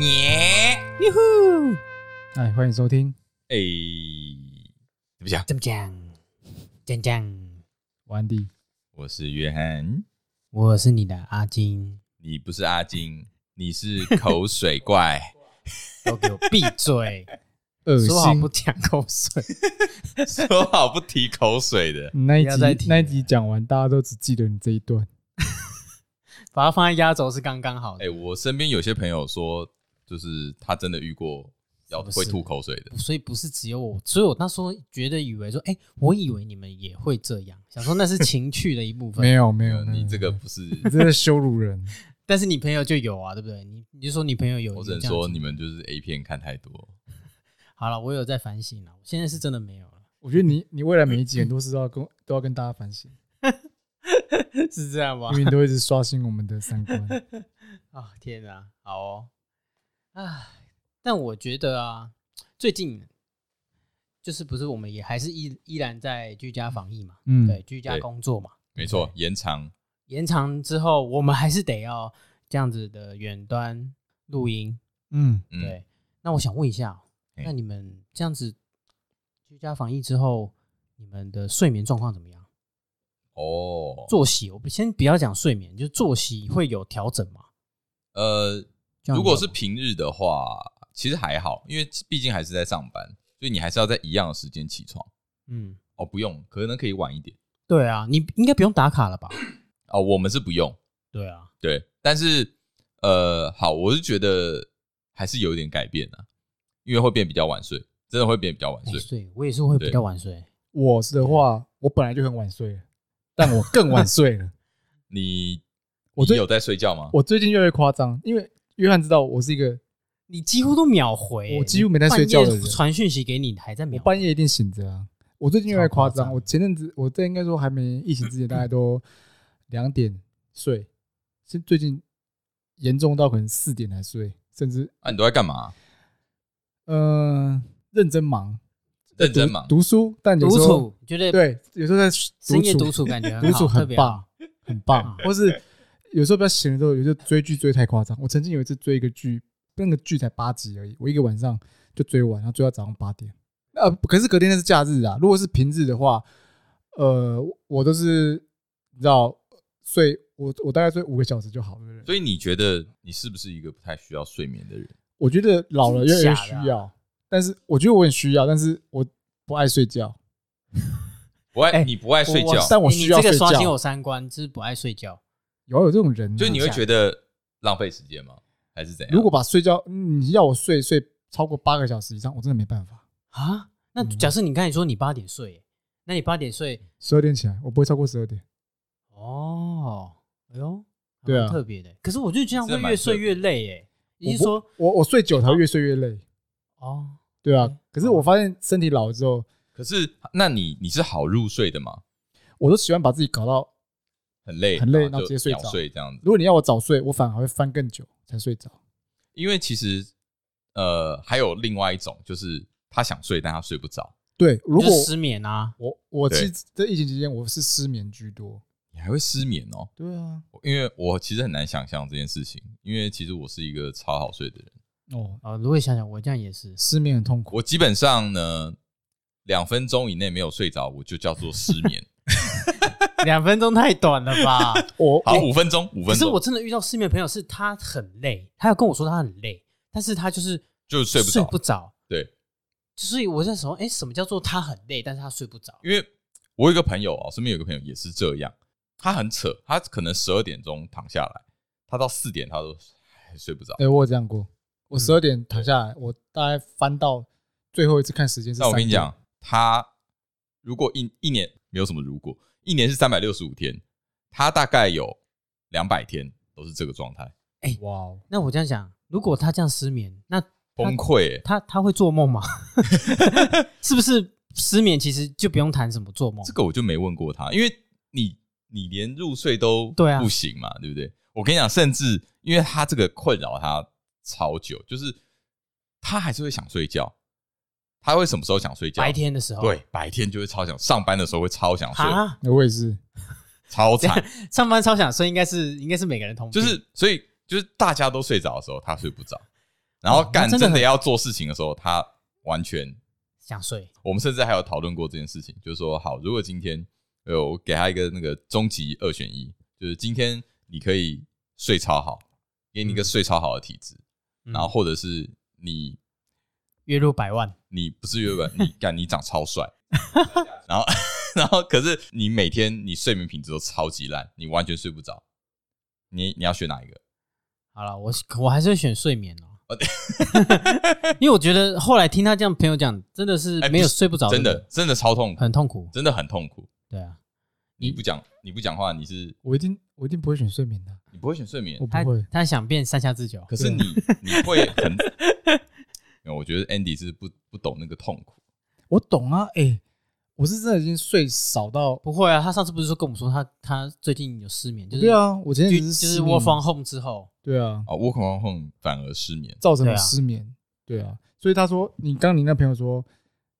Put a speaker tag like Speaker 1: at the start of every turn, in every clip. Speaker 1: 耶！
Speaker 2: 哟呼！哎，欢迎收听
Speaker 1: 哎，怎么讲？
Speaker 2: 怎么讲？讲讲，我安迪，
Speaker 1: 我是约翰，
Speaker 2: 我是你的阿金，
Speaker 1: 你不是阿金，你是口水怪。
Speaker 2: 都给我闭嘴！
Speaker 3: 恶
Speaker 2: 说好
Speaker 3: 心
Speaker 2: 不！讲口水，
Speaker 1: 说好不提口水的，
Speaker 3: 你那一
Speaker 2: 不要再
Speaker 3: 集
Speaker 2: 提
Speaker 3: 那一集讲完，大家都只记得你这一段。
Speaker 2: 把它放在压轴是刚刚好
Speaker 1: 哎、
Speaker 2: 的。
Speaker 1: 我身边有些朋友说，就是他真的遇过要
Speaker 2: 是不是嗯
Speaker 1: 会吐口水的，
Speaker 2: 所以不是只有我，所以我那时候觉得以为说，哎、我以为你们也会这样，想说那是情趣的一部分。
Speaker 3: 没有没
Speaker 1: 没
Speaker 3: 有
Speaker 1: 有，，
Speaker 3: 没有
Speaker 1: 呃你这个
Speaker 3: 没有
Speaker 1: 不是，
Speaker 2: 嗯
Speaker 3: 你这是羞辱 人。
Speaker 2: 但是你朋友就有啊，对不对？你你就说你朋友有，
Speaker 1: 我只
Speaker 2: 这
Speaker 1: 能
Speaker 2: 样
Speaker 1: 说
Speaker 2: 子
Speaker 1: 你们就是 A 片看太多。
Speaker 2: 好了，我有在反省了，我现在是真的没有了，
Speaker 3: 我觉得你你未来每一集很多事都要跟 都要跟大家反 省，
Speaker 2: 是这样吗
Speaker 3: 因？为你都一直刷新我们的三观。
Speaker 2: 啊，天哪，好哦，唉，但我觉得啊，最近就是不是我们也还是依依然在居家防疫嘛，
Speaker 3: 嗯，
Speaker 2: 对，居家
Speaker 1: 对
Speaker 2: 工作嘛，
Speaker 1: 没错，延长
Speaker 2: 延长之后，我们还是得要这样子的远端录音。
Speaker 3: 嗯，
Speaker 1: 嗯
Speaker 2: 对，那我想问一下，哦
Speaker 1: 嘿
Speaker 2: 那你们这样子居家防疫之后，你们的睡眠状况怎么样？
Speaker 1: 哦，
Speaker 2: 作息，我不先不要讲睡眠，就是作息会有调整吗？
Speaker 1: 呃，
Speaker 2: 这样
Speaker 1: 如果
Speaker 2: 有
Speaker 1: 是
Speaker 2: 吗
Speaker 1: 平日的话，其实还好，因为毕竟还是在上班，所以你还是要在一样的时间起床。
Speaker 2: 嗯，
Speaker 1: 哦，不用，可能可以晚一点。
Speaker 2: 对啊，你应该不用打卡了吧？
Speaker 1: 哦，我们是不用，
Speaker 2: 对啊，
Speaker 1: 对，但是呃，好，我是觉得还是有一点改变啊，因为会变比较晚睡，真的会变比较晚
Speaker 2: 哎
Speaker 1: 睡。
Speaker 2: 睡，我也是会比
Speaker 1: 对
Speaker 2: 较晚睡。
Speaker 3: 我是的话，我本来就很晚睡了，但我更晚睡 了。
Speaker 1: 你
Speaker 3: 我
Speaker 1: 你
Speaker 3: 最
Speaker 1: 有在睡觉吗？
Speaker 3: 我最近越来越夸张，因为约翰知道我是一个，
Speaker 2: 你几乎都秒回、
Speaker 3: 我几乎没在睡觉的人
Speaker 2: 半夜传讯息给你，还在
Speaker 3: 我
Speaker 2: 秒回。
Speaker 3: 半夜一定醒着啊。我最近越来越夸
Speaker 2: 超夸
Speaker 3: 张，
Speaker 2: 张
Speaker 3: 我前阵子我这应该说还没疫情之前，大概都两点睡，是最近严重到可能四点才睡，甚至
Speaker 1: 啊，你都在干嘛？
Speaker 3: 嗯、呃认真忙，
Speaker 1: 认真忙。
Speaker 3: 读书，但有
Speaker 2: 独
Speaker 3: 时候
Speaker 2: 处，觉得
Speaker 3: 对，有时候在
Speaker 2: 深夜
Speaker 3: 独
Speaker 2: 独
Speaker 3: 处
Speaker 2: 处感觉很
Speaker 3: 独
Speaker 2: 好
Speaker 3: 处
Speaker 2: 特
Speaker 3: 很
Speaker 2: 别好
Speaker 3: 棒，很 棒，或是有时候比较闲的时候，有时候追剧追太夸张。我曾经有一次追一个剧，那个剧才八集而已，我一个晚上就追完，然后追到早上八点。呃，可是隔天那是假日啊，如果是平日的话，呃，我都是你知道睡，我我大概睡五个小时就好了。对不对
Speaker 1: 所以你觉得你是不是一个不太需要睡眠的人？
Speaker 3: 我觉得老了越来越
Speaker 2: 真
Speaker 3: 需
Speaker 2: 假的啊
Speaker 3: 要，但是我觉得我很需要，但是我不爱睡觉。
Speaker 1: 不爱、
Speaker 2: 哎
Speaker 1: 你不爱睡
Speaker 2: 我
Speaker 1: 觉，
Speaker 3: 但我
Speaker 2: 哎你
Speaker 3: 需要
Speaker 2: 这
Speaker 3: 睡
Speaker 2: 个刷新
Speaker 3: 觉
Speaker 2: 我，三观，就是不爱睡觉。
Speaker 3: 有有这种人啊、
Speaker 1: 就是你会觉得浪费时间吗？还是怎样？
Speaker 3: 如果把睡觉，嗯你要我睡睡超过八个小时以上，我真的没办法。
Speaker 2: 啊，那
Speaker 3: 嗯
Speaker 2: 假设你刚才说你八点睡，那你八点睡
Speaker 3: 十二点起来，我不会超过十二点。
Speaker 2: 哦，哎呦，还
Speaker 3: 嗯对啊
Speaker 2: 蛮特别的。可是我就这样
Speaker 1: 真
Speaker 2: 会
Speaker 1: 的蛮
Speaker 2: 越睡
Speaker 1: 特别
Speaker 2: 越累哎，你
Speaker 3: 我
Speaker 2: 是
Speaker 3: 不
Speaker 2: 说
Speaker 3: 我我睡久才会越睡越累，
Speaker 2: 哦？
Speaker 3: 对啊
Speaker 2: 嗯。
Speaker 3: 可是我发现身体老了之后，
Speaker 1: 可是那你你是好入睡的吗？
Speaker 3: 我都喜欢把自己搞到，
Speaker 1: 很累，
Speaker 3: 很累
Speaker 1: 然
Speaker 3: 然后直接睡
Speaker 1: 就秒
Speaker 3: 着
Speaker 1: 睡这样子。
Speaker 3: 如果你要我早睡，我反而会翻更久才睡着。
Speaker 1: 因为其实呃，还有另外一种，就是他想睡，但他睡不着。
Speaker 3: 对，如
Speaker 2: 就
Speaker 3: 果
Speaker 2: 是失眠啊，
Speaker 3: 我我
Speaker 1: 对
Speaker 3: 其实这疫情期间我是失眠居多。
Speaker 1: 你还会失眠哦，
Speaker 3: 对啊，
Speaker 1: 因为我其实很难想象这件事情，因为其实我是一个超好睡的人，
Speaker 3: 哦，
Speaker 2: 哦，如果想想我这样也是，
Speaker 3: 失眠很痛苦。
Speaker 1: 我基本上呢两分钟以内没有睡着，我就叫做失 眠。
Speaker 2: 两分钟太短了 吧？
Speaker 3: 我
Speaker 1: 好，
Speaker 3: 我
Speaker 1: 五分钟，五
Speaker 2: 可
Speaker 1: 分
Speaker 2: 是
Speaker 1: 钟，
Speaker 2: 我真的遇到失眠朋友，是他很累，他有跟我说他很累，但是他就是
Speaker 1: 就是睡不着
Speaker 2: 睡不着。
Speaker 1: 对，
Speaker 2: 所以我在想说，哎、什么叫做他很累，但是他睡不着？
Speaker 1: 因为我有一个朋友啊，身边有一个朋友也是这样，他很扯，他可能十二点钟躺下来，他到四点他都还睡不着。
Speaker 3: 哎，我有这样过，我十二点躺下来，我大概翻到最后一次看时间是。
Speaker 1: 那我跟你讲，，他如果一一年没有什么如果，一年是三百六十五天，他大概有两百天都是这个状态，
Speaker 3: 哇哦，
Speaker 2: 那我这样想，如果他这样失眠，那
Speaker 1: 崩溃欸、
Speaker 2: 他他会做梦吗？ 是不是失眠其实就不用谈什么做梦
Speaker 1: 这？个我就没问过他，因为你你连入睡都
Speaker 2: 对啊
Speaker 1: 不行嘛，对不对？我跟你讲，甚至因为他这个困扰他超久，就是他还是会想睡觉，他会什么时候想睡觉？
Speaker 2: 白天的时候，
Speaker 1: 对，白天就会超想，上班的时候会超想睡，
Speaker 2: 啊，
Speaker 3: 我也是。
Speaker 1: 超惨，
Speaker 2: 上班超想睡，应该是应该是每个人同
Speaker 1: 就是所以就是大家都睡着的时候，他睡不着。然后
Speaker 2: 哦那
Speaker 1: 干
Speaker 2: 真的
Speaker 1: 真的
Speaker 2: 很
Speaker 1: 要做事情的时候，他完全
Speaker 2: 想睡，
Speaker 1: 我们甚至还有讨论过这件事情，就是说，好，如果今天呃，我给他一个那个终极二选一，就是今天你可以睡超好，给你一个睡超好的体质，
Speaker 2: 嗯
Speaker 1: 然后或者是你
Speaker 2: 月入百万，
Speaker 1: 你不是原本你 干你长超帅，然后 然后可是你每天你睡眠品质都超级烂，你完全睡不着，你你要选哪一个？
Speaker 2: 好了，我我还是会选睡眠哦、因为我觉得后来听他这样朋友讲，真的是
Speaker 1: 哎
Speaker 2: 没有
Speaker 1: 不是
Speaker 2: 睡不着、
Speaker 1: 真的真的超痛苦，
Speaker 2: 很痛苦。
Speaker 1: 真的很痛苦。
Speaker 2: 对啊，
Speaker 1: 你不讲你不讲话，你是
Speaker 3: 我一定我一定不会选睡眠的，啊
Speaker 1: 你不会选睡眠
Speaker 3: 我，不
Speaker 2: 他
Speaker 3: 会。
Speaker 2: 他想变三下之久，
Speaker 1: 可是你你 会很，没有我觉得 Andy 是不不懂那个痛苦，
Speaker 3: 我懂啊，哎、我是真的已经睡少到，
Speaker 2: 不会啊。他上次不是说跟我们说他他最近有失眠，就是
Speaker 3: 对，啊，我前
Speaker 2: 就
Speaker 3: 天
Speaker 2: 就
Speaker 3: 只
Speaker 2: 是
Speaker 3: 失眠
Speaker 2: work from home 之后，
Speaker 3: 对啊，
Speaker 1: 啊，work from home 反而失眠。
Speaker 3: 造成
Speaker 2: 对
Speaker 3: 了
Speaker 2: 啊
Speaker 3: 失眠，对啊，所以他说你刚你那朋友说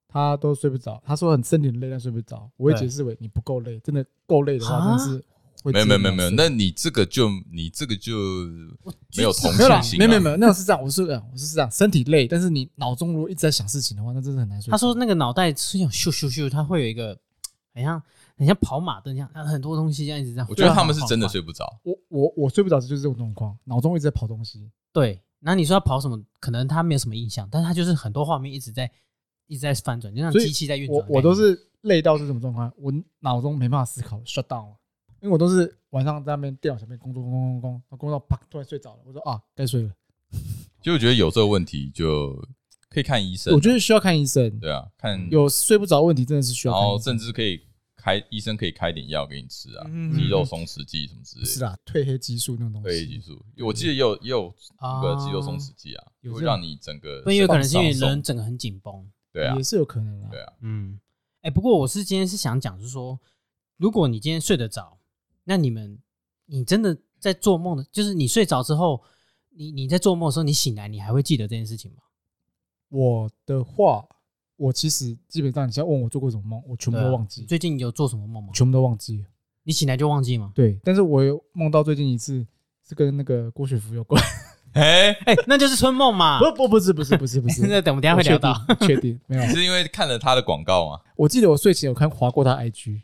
Speaker 3: 他都睡不着，他说很身体很累但睡不着，我会
Speaker 2: 对
Speaker 3: 解释为你不够累，真的够累的话
Speaker 2: 啊
Speaker 3: 真的是会
Speaker 1: 没有
Speaker 3: 直接
Speaker 1: 没有没有没有，
Speaker 3: 秒
Speaker 1: 那
Speaker 3: 睡
Speaker 1: 你这个就你这个就没有同
Speaker 3: 没有啦
Speaker 1: 情，心、
Speaker 3: 没
Speaker 1: 啊，
Speaker 3: 有没有没有，那种是这样，我是这样，我是这样，身体累，但是你脑中如果一直在想事情的话，那真的很难睡着。
Speaker 2: 他说那个脑袋是有咻咻咻，他会有一个很像很像跑马灯一样，很多东西这样一直在。
Speaker 1: 我觉得他们是真的睡不着，
Speaker 3: 我我我睡不着就是这种状况，脑中一直在跑东西，
Speaker 2: 对，那你说要跑什么？可能他没有什么印象，但是他就是很多画面一直在一直在翻转，就像
Speaker 3: 所以
Speaker 2: 机器在运转
Speaker 3: 我
Speaker 2: 的概念。
Speaker 3: 我都是累到这种状况，我脑中没办法思考，shut down 了，因为我都是晚上在那边电脑前面工作工作工作工作，工作到啪突然睡着了，我说啊该睡了，
Speaker 1: 就我觉得有这个问题就可以看医生，
Speaker 3: 我觉得需要看医生，
Speaker 1: 对啊，看，
Speaker 3: 有睡不着问题真的是需要
Speaker 1: 然
Speaker 3: 看
Speaker 1: 后
Speaker 2: 哦
Speaker 3: 医生，
Speaker 1: 甚至可以开医生可以开点药给你吃啊，
Speaker 2: 嗯
Speaker 1: 肌肉松弛剂什么之
Speaker 3: 不
Speaker 1: 类
Speaker 3: 是啊
Speaker 1: 的，
Speaker 3: 啦，褪黑激素那种东
Speaker 1: 对
Speaker 3: 西，
Speaker 1: 激素，因为我记得也有也有那个肌肉松弛剂啊，
Speaker 3: 有
Speaker 1: 会
Speaker 3: 这样
Speaker 1: 让你整个
Speaker 2: 对，因为可能是因为
Speaker 1: 放松
Speaker 2: 人整个很紧绷。
Speaker 1: 对啊
Speaker 3: 也是有可能啊
Speaker 1: 对。啊，
Speaker 2: 嗯，哎、不过我是今天是想讲，就是说，如果你今天睡得着，那你们你真的在做梦的，就是你睡着之后，你你在做梦的时候，你醒来，你还会记得这件事情吗？
Speaker 3: 我的话，我其实基本上你现在问我做过什么梦，我全部
Speaker 2: 对
Speaker 3: 都
Speaker 2: 啊
Speaker 3: 忘记
Speaker 2: 你，最近有做什么梦吗？
Speaker 3: 全部都忘记了。
Speaker 2: 你醒来就忘记吗？
Speaker 3: 对，但是我有梦到最近一次是跟那个郭雪芙有关，
Speaker 1: 哎，
Speaker 2: 哎、那就是春梦嘛。
Speaker 3: 不不不是不是不是不 是，
Speaker 2: 那等我们等一下会聊到。
Speaker 3: 我确定，确定没有
Speaker 1: 你。是因为看了他的广告 吗？
Speaker 3: 我记得我睡前有看划过他 IG，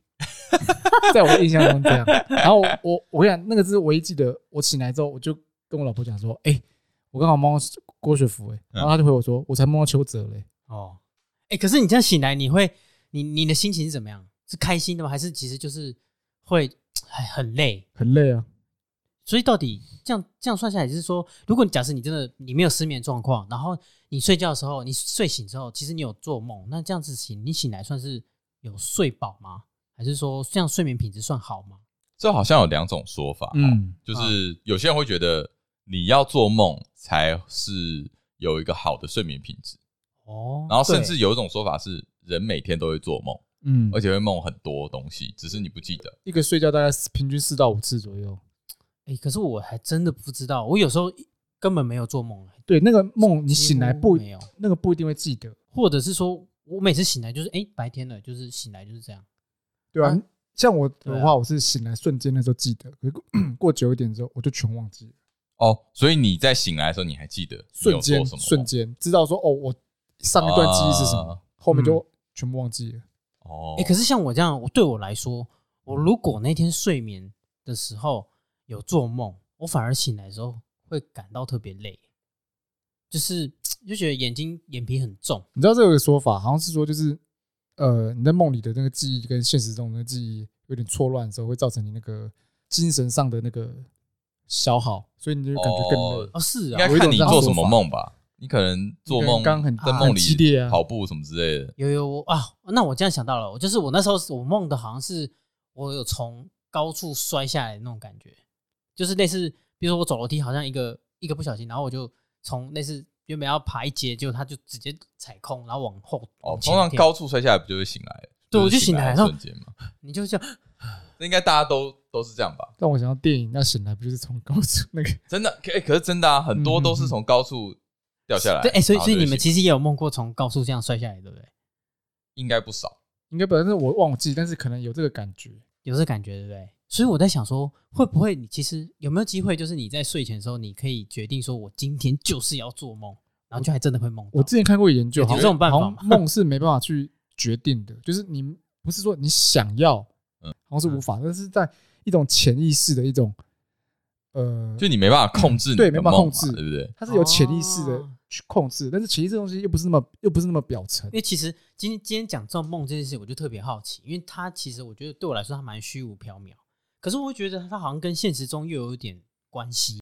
Speaker 3: 在我的印象中这样。然后我我我跟你讲，那个是唯一记得。我醒来之后，我就跟我老婆讲说：“哎、我刚好梦到郭雪芙。”哎，然后她就回我说：“我才梦到邱泽嘞、
Speaker 2: 哦，哎、可是你这样醒来，你会，你你的心情是怎么样？是开心的吗？还是其实就是会哎很累？
Speaker 3: 很累啊。
Speaker 2: 所以到底这样这样算下来，就是说，如果你假设你真的你没有失眠状况，然后你睡觉的时候，你睡醒之后，其实你有做梦，那这样子醒你醒来算是有睡饱吗？还是说这样睡眠品质算好吗？
Speaker 1: 这好像有两种说法，嗯，
Speaker 3: 嗯，
Speaker 1: 就是有些人会觉得你要做梦才是有一个好的睡眠品质，
Speaker 2: 哦，
Speaker 1: 然后甚至有一种说法是人每天都会做梦，
Speaker 3: 嗯，
Speaker 1: 而且会梦很多东西，只是你不记得。
Speaker 3: 一个睡觉大概平均四到五次左右。
Speaker 2: 哎、诶可是我还真的不知道，我有时候根本没有做梦，
Speaker 3: 对，那个梦你醒来
Speaker 2: 几乎
Speaker 3: 不
Speaker 2: 没有，
Speaker 3: 那个不一定会记得，
Speaker 2: 或者是说我每次醒来就是哎、诶白天了，就是醒来就是这样。
Speaker 3: 对啊
Speaker 2: 啊，
Speaker 3: 像我
Speaker 2: 对
Speaker 3: 的
Speaker 2: 啊
Speaker 3: 话，我是醒来瞬间的时候记得，可是 过过久一点之后我就全忘记了，
Speaker 1: 哦，所以你在醒来的时候，你还记得你
Speaker 3: 瞬
Speaker 1: 有做
Speaker 3: 间
Speaker 1: 什么
Speaker 3: 瞬
Speaker 1: 梦
Speaker 3: 间知道说哦，我上一段记忆是什么
Speaker 1: 啊，
Speaker 3: 后面就全部忘记了。
Speaker 1: 哦，
Speaker 2: 哎、可是像我这样，我对我来说，我如果那天睡眠的时候有做梦，我反而醒来的时候会感到特别累，就是就觉得眼睛眼皮很重。
Speaker 3: 你知道这有个说法，好像是说就是呃你在梦里的那个记忆跟现实中的那个记忆有点错乱的时候，会造成你那个精神上的那个消耗，所以你就感觉更累
Speaker 1: 哦。
Speaker 2: 哦，是
Speaker 1: 应
Speaker 2: 啊
Speaker 1: 该，
Speaker 3: 有一
Speaker 1: 看
Speaker 3: 种
Speaker 1: 你
Speaker 3: 啊这样
Speaker 1: 做
Speaker 3: 说
Speaker 1: 什么
Speaker 3: 法
Speaker 1: 梦吧，你可能做
Speaker 3: 你可能
Speaker 1: 梦
Speaker 3: 刚很
Speaker 1: 在
Speaker 2: 啊
Speaker 1: 梦
Speaker 3: 很激
Speaker 1: 里
Speaker 3: 烈啊
Speaker 1: 跑步什么之类的。
Speaker 2: 有有我啊，那我这样想到了，我就是我那时候我梦的好像是我有从高处摔下来的那种感觉，就是类似，比如说我走楼梯，好像一个一个不小心，然后我就从类似原本要爬一阶，结果它就直接踩空，然后往后
Speaker 1: 哦，
Speaker 2: 往前
Speaker 1: 通常
Speaker 2: 跳
Speaker 1: 高处摔下来不就会醒来？
Speaker 2: 对我
Speaker 1: 就
Speaker 2: 就是醒
Speaker 1: 来
Speaker 2: 来
Speaker 1: 的
Speaker 2: 然后
Speaker 1: 瞬间嘛，
Speaker 2: 你就这样。
Speaker 1: 那应该大家都都是这样吧？
Speaker 3: 让我想到电影，那醒来不就是从高处那个？
Speaker 1: 真的，可、欸、可是真的啊，很多都是从高处掉下来。
Speaker 2: 嗯对，哎、所以所以你们
Speaker 1: 实
Speaker 2: 其实也有梦过从高速这样摔下来，对不对？
Speaker 1: 应该不少。
Speaker 3: 应该本来是我忘记，但是可能有这个感觉。
Speaker 2: 有这感觉，对不对？所以我在想说，会不会你其实有没有机会，就是你在睡前的时候，你可以决定说，我今天就是要做梦，然后就还真的会梦到。
Speaker 3: 我之前看过研究，
Speaker 2: 有
Speaker 3: 好像
Speaker 2: 这种办法
Speaker 3: 好像
Speaker 2: 吗
Speaker 3: 梦是没办法去决定的，就是你不是说你想要，
Speaker 1: 嗯
Speaker 3: 好像是无法，但是在一种潜意识的一你的梦嘛
Speaker 1: 就你没办法控
Speaker 2: 嗯
Speaker 1: 制你的
Speaker 3: 对没办法
Speaker 1: 梦
Speaker 3: 控
Speaker 1: 嘛
Speaker 3: 制
Speaker 1: 对不对？
Speaker 3: 它是有潜意识的
Speaker 2: 哦
Speaker 3: 去控制，但是潜意识的东西又不是那么又不是那么表层
Speaker 2: 因。为其实今天今天讲做梦这件事，我就特别好奇，因为它其实我觉得对我来说它蛮虚无缥缈，可是我会觉得它好像跟现实中又有一点关系。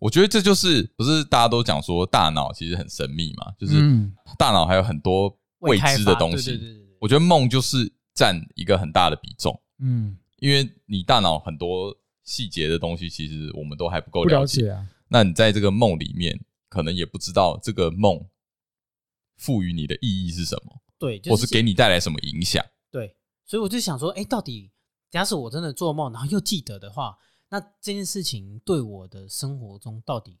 Speaker 1: 我觉得这就是不是大家都讲说大脑其实很神秘嘛，就是
Speaker 3: 嗯，
Speaker 1: 大脑还有很多未
Speaker 2: 开
Speaker 1: 知的
Speaker 2: 发
Speaker 1: 东
Speaker 2: 对对
Speaker 1: 西。
Speaker 2: 对对对
Speaker 1: 我觉得梦就是占一个很大的比重，
Speaker 3: 嗯，
Speaker 1: 因为你大脑很多细节的东西，其实我们都还不够
Speaker 3: 不了
Speaker 1: 解。
Speaker 3: 解啊，
Speaker 1: 那你在这个梦里面，可能也不知道这个梦赋予你的意义是什么，
Speaker 2: 对，就
Speaker 1: 或是给你带来什么影响。
Speaker 2: 对，所以我就想说，哎，到底假使我真的做梦，然后又记得的话，那这件事情对我的生活中到底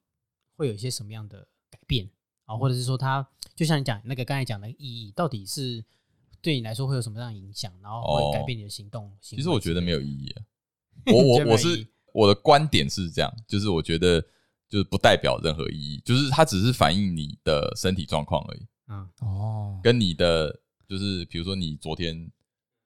Speaker 2: 会有一些什么样的改变啊？或者是说它，就像你讲那个刚才讲的意义，到底是对你来说会有什么样的影响，然后会改变你的行动？
Speaker 1: 哦其实我觉得没有意义、啊。
Speaker 2: 你
Speaker 1: 我
Speaker 2: 觉得没
Speaker 1: 我
Speaker 2: 有意
Speaker 1: 我是
Speaker 2: 义
Speaker 1: 我的观点是这样，就是我觉得就是不代表任何意义，就是它只是反映你的身体状况而已，
Speaker 2: 嗯，
Speaker 3: 哦，
Speaker 1: 跟你的就是比如说你昨天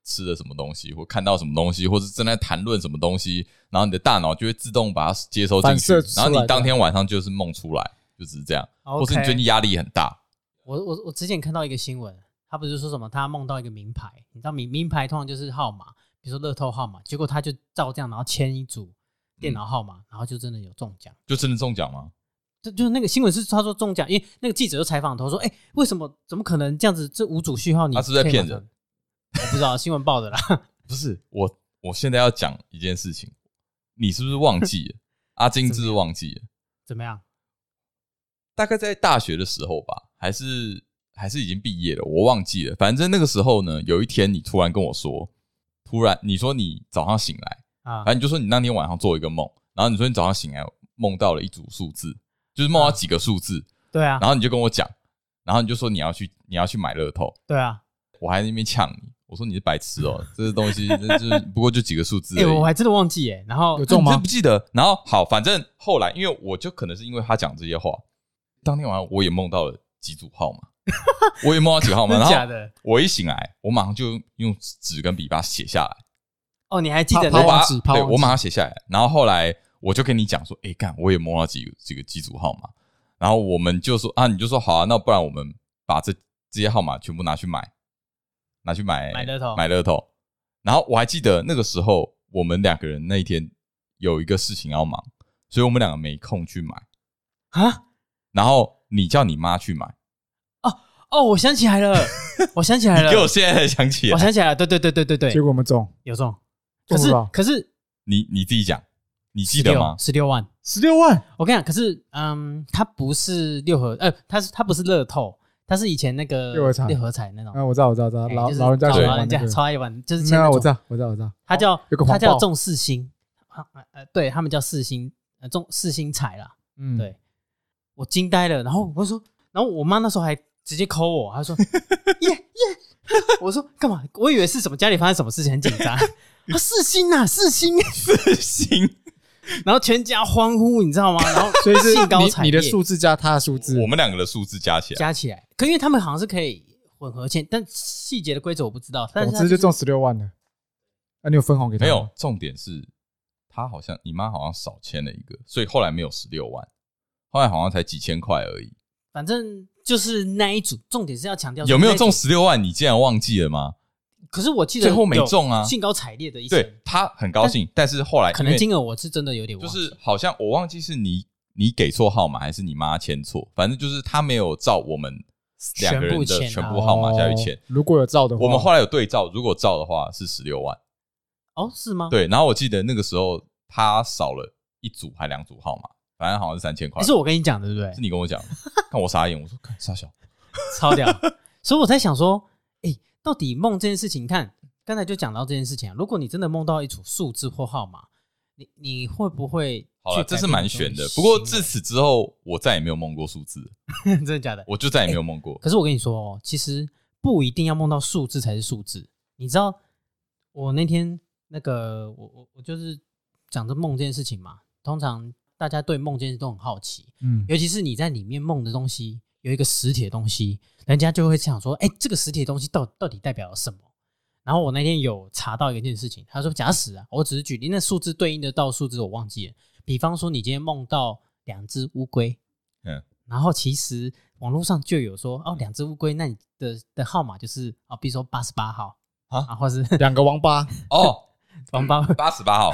Speaker 1: 吃了什么东西，或看到什么东西，或是正在谈论什么东西，然后你的大脑就会自动把它接收进
Speaker 3: 反
Speaker 1: 去
Speaker 3: 射，出
Speaker 1: 然
Speaker 3: 来
Speaker 1: 后你当天晚上就是梦出来，就只是这样，或是你最近压力很大，
Speaker 2: 我我我之前看到一个新闻，他不是说什么他梦到一个名牌，你知道名名牌通常就是号码，比如说乐透号码，结果他就照这样，然后签一组电
Speaker 1: 嗯
Speaker 2: 脑号码，然后就真的有中奖。
Speaker 1: 就真的中奖吗？
Speaker 2: 就就是那个新闻是他说中奖，因为那个记者就采访他说，哎、为什么怎么可能这样子？这五组序号你
Speaker 1: 他是不是在
Speaker 2: 可以马
Speaker 1: 骗人
Speaker 2: 上？我不知道新闻报的啦。
Speaker 1: 不是我，我现在要讲一件事情，你是不是忘记了？阿金是不是忘记了？
Speaker 2: 怎么样？
Speaker 1: 大概在大学的时候吧，还是还是已经毕业了，我忘记了。反正那个时候呢，有一天你突然跟我说，突然你说你早上醒来，
Speaker 2: 啊
Speaker 1: 反，正你就说你那天晚上做一个梦，然后你说你早上醒来梦到了一组数字，就是梦到几个数字，
Speaker 2: 对啊，
Speaker 1: 然后你就跟我讲，然后你就说你要去你要去买乐透，
Speaker 2: 对啊，
Speaker 1: 我还在那边呛你，我说你是白痴 哦、这个东西这就是不过就几个数字而
Speaker 2: 哎、
Speaker 1: 已。
Speaker 2: 我还真的忘记哎、然后
Speaker 3: 有中
Speaker 1: 你
Speaker 3: 吗
Speaker 1: 真不？记得。然后好，反正后来，因为我就可能是因为他讲这些话，当天晚上我也梦到了几组号码， 我也梦到几个号码。
Speaker 2: 真的假
Speaker 1: 然后
Speaker 2: 的？
Speaker 1: 我一醒来，我马上就用纸跟笔把它写下来，
Speaker 2: 哦，你还记得那
Speaker 3: 怕
Speaker 1: 我
Speaker 2: 个
Speaker 1: 把
Speaker 3: 忘记
Speaker 1: 它
Speaker 3: 怕
Speaker 1: 对
Speaker 3: 忘
Speaker 1: 我
Speaker 3: 记
Speaker 1: 马上写下来。然后后来我就跟你讲说，哎、干，我也摸到几个几个几组号码。然后我们就说啊，你就说好啊，那不然我们把这这些号码全部拿去买，拿去买
Speaker 2: 买乐透
Speaker 1: 买乐透。然后我还记得那个时候，我们两个人那一天有一个事情要忙，所以我们两个没空去买。
Speaker 2: 啊？
Speaker 1: 然后你叫你妈去买，
Speaker 2: 哦，我想起来了，我想起来
Speaker 1: 你
Speaker 2: 了
Speaker 1: 给，我现在才想起
Speaker 2: 我
Speaker 1: 来，
Speaker 2: 想起来了，对对对对对对
Speaker 3: 结，果我们中
Speaker 2: 有中。
Speaker 3: 中
Speaker 2: 可是
Speaker 3: 了吧
Speaker 2: 可是
Speaker 1: 你你自己讲，你记
Speaker 2: 十
Speaker 1: 得
Speaker 2: 六
Speaker 1: 吗？
Speaker 2: 十六万，
Speaker 3: 十六万，
Speaker 2: 我跟你讲，可是嗯，它不是六合，呃，它是它不是乐透，它是以前那个
Speaker 3: 六合彩
Speaker 2: 六合彩那种。
Speaker 3: 啊，我知道，我知道，我知道，
Speaker 2: 哎
Speaker 3: 老
Speaker 2: 就是
Speaker 3: 老人家
Speaker 2: 老
Speaker 3: 喜欢
Speaker 2: 老
Speaker 3: 玩
Speaker 2: 人
Speaker 3: 那
Speaker 2: 家
Speaker 3: 个
Speaker 2: 超爱玩，就是签
Speaker 3: 那
Speaker 2: 那
Speaker 3: 我
Speaker 2: 种
Speaker 3: 知道，我知道，我知道，
Speaker 2: 他叫
Speaker 3: 有个
Speaker 2: 他
Speaker 3: 黄
Speaker 2: 叫
Speaker 3: 豹
Speaker 2: 中四星，啊呃呃，对他们叫四星，呃中四星彩啦。
Speaker 3: 嗯，
Speaker 2: 对我惊呆了，然后我就说，然后我妈那时候还直接抠我，她说 耶耶，我说干嘛？我以为是什么家里发生什么事情，很紧张。啊，四星啊，四星！
Speaker 1: 行，
Speaker 2: 然后全家欢呼，你知道吗？然 后
Speaker 3: 所以是
Speaker 2: 兴高采
Speaker 3: 你你
Speaker 2: 烈
Speaker 3: 的数字加他的数字
Speaker 1: 我，们两个的数字加起来，
Speaker 2: 加起来，可因为他们好像是可以混合签，但细节的规则我不知道。但
Speaker 3: 我
Speaker 2: 是
Speaker 3: 直
Speaker 2: 它
Speaker 3: 接
Speaker 2: 就
Speaker 3: 就是中十六万了。那你有分红给他
Speaker 1: 没
Speaker 3: 吗
Speaker 1: 有，重点是他好像你妈好像少签了一个，所以后来没有十六万，后来好像才几千块而已。
Speaker 2: 反正就是那一组，重点是要强调
Speaker 1: 有没有中
Speaker 2: 重？
Speaker 1: 十六万？你竟然忘记了吗？
Speaker 2: 可是我记得
Speaker 1: 最后没
Speaker 2: 有
Speaker 1: 中啊
Speaker 2: 兴高采烈的一声
Speaker 1: 对他很高兴，但是后来
Speaker 2: 可
Speaker 1: 因
Speaker 2: 能
Speaker 1: 为
Speaker 2: 金额我是真的有点忘
Speaker 1: 就
Speaker 2: 记
Speaker 1: 是好像我忘记是你你给错号码还是你妈签错，反正就是他没有照我们两个人
Speaker 2: 全部
Speaker 1: 的
Speaker 2: 签啊
Speaker 1: 全部号码下去签
Speaker 3: 哦。如果有照的话，
Speaker 1: 我们后来有对照，如果照的话是十六万，
Speaker 2: 哦，是吗？，
Speaker 1: 对。然后我记得那个时候他少了一组还两组号码，反正好像是三千块
Speaker 2: 也。是我跟你讲的，对不对
Speaker 1: 是？你跟我讲的，看我傻眼，我说看傻小，
Speaker 2: 超屌，所以我才想说，哎、到底梦这件事情，你看刚才就讲到这件事情啊，如果你真的梦到一组数字或号码，你你会不会？
Speaker 1: 好了，这是蛮悬的。不过自此之后，我再也没有梦过数字了，
Speaker 2: 真的假的？
Speaker 1: 我就再也没有梦过。
Speaker 2: 可是我跟你说哦，其实不一定要梦到数字才是数字。你知道我那天那个我我我就是讲着梦这件事情嘛，通常大家对梦这件事都很好奇，
Speaker 3: 嗯，
Speaker 2: 尤其是你在里面梦的东西有一个实体的东西，人家就会想说，哎、这个实体的东西到到底代表了什么？然后我那天有查到一件事情，他说假使啊，我只是举例，那数字对应得到数字我忘记了。比方说，你今天梦到两只乌龟，
Speaker 1: 嗯，
Speaker 2: 然后其实网络上就有说，哦，两只乌龟，那你的的号码就是哦，比如说八十八号
Speaker 1: 啊
Speaker 2: 啊，或是
Speaker 3: 两个王八，
Speaker 1: 哦，
Speaker 2: 哎王八，
Speaker 1: 八 十八号。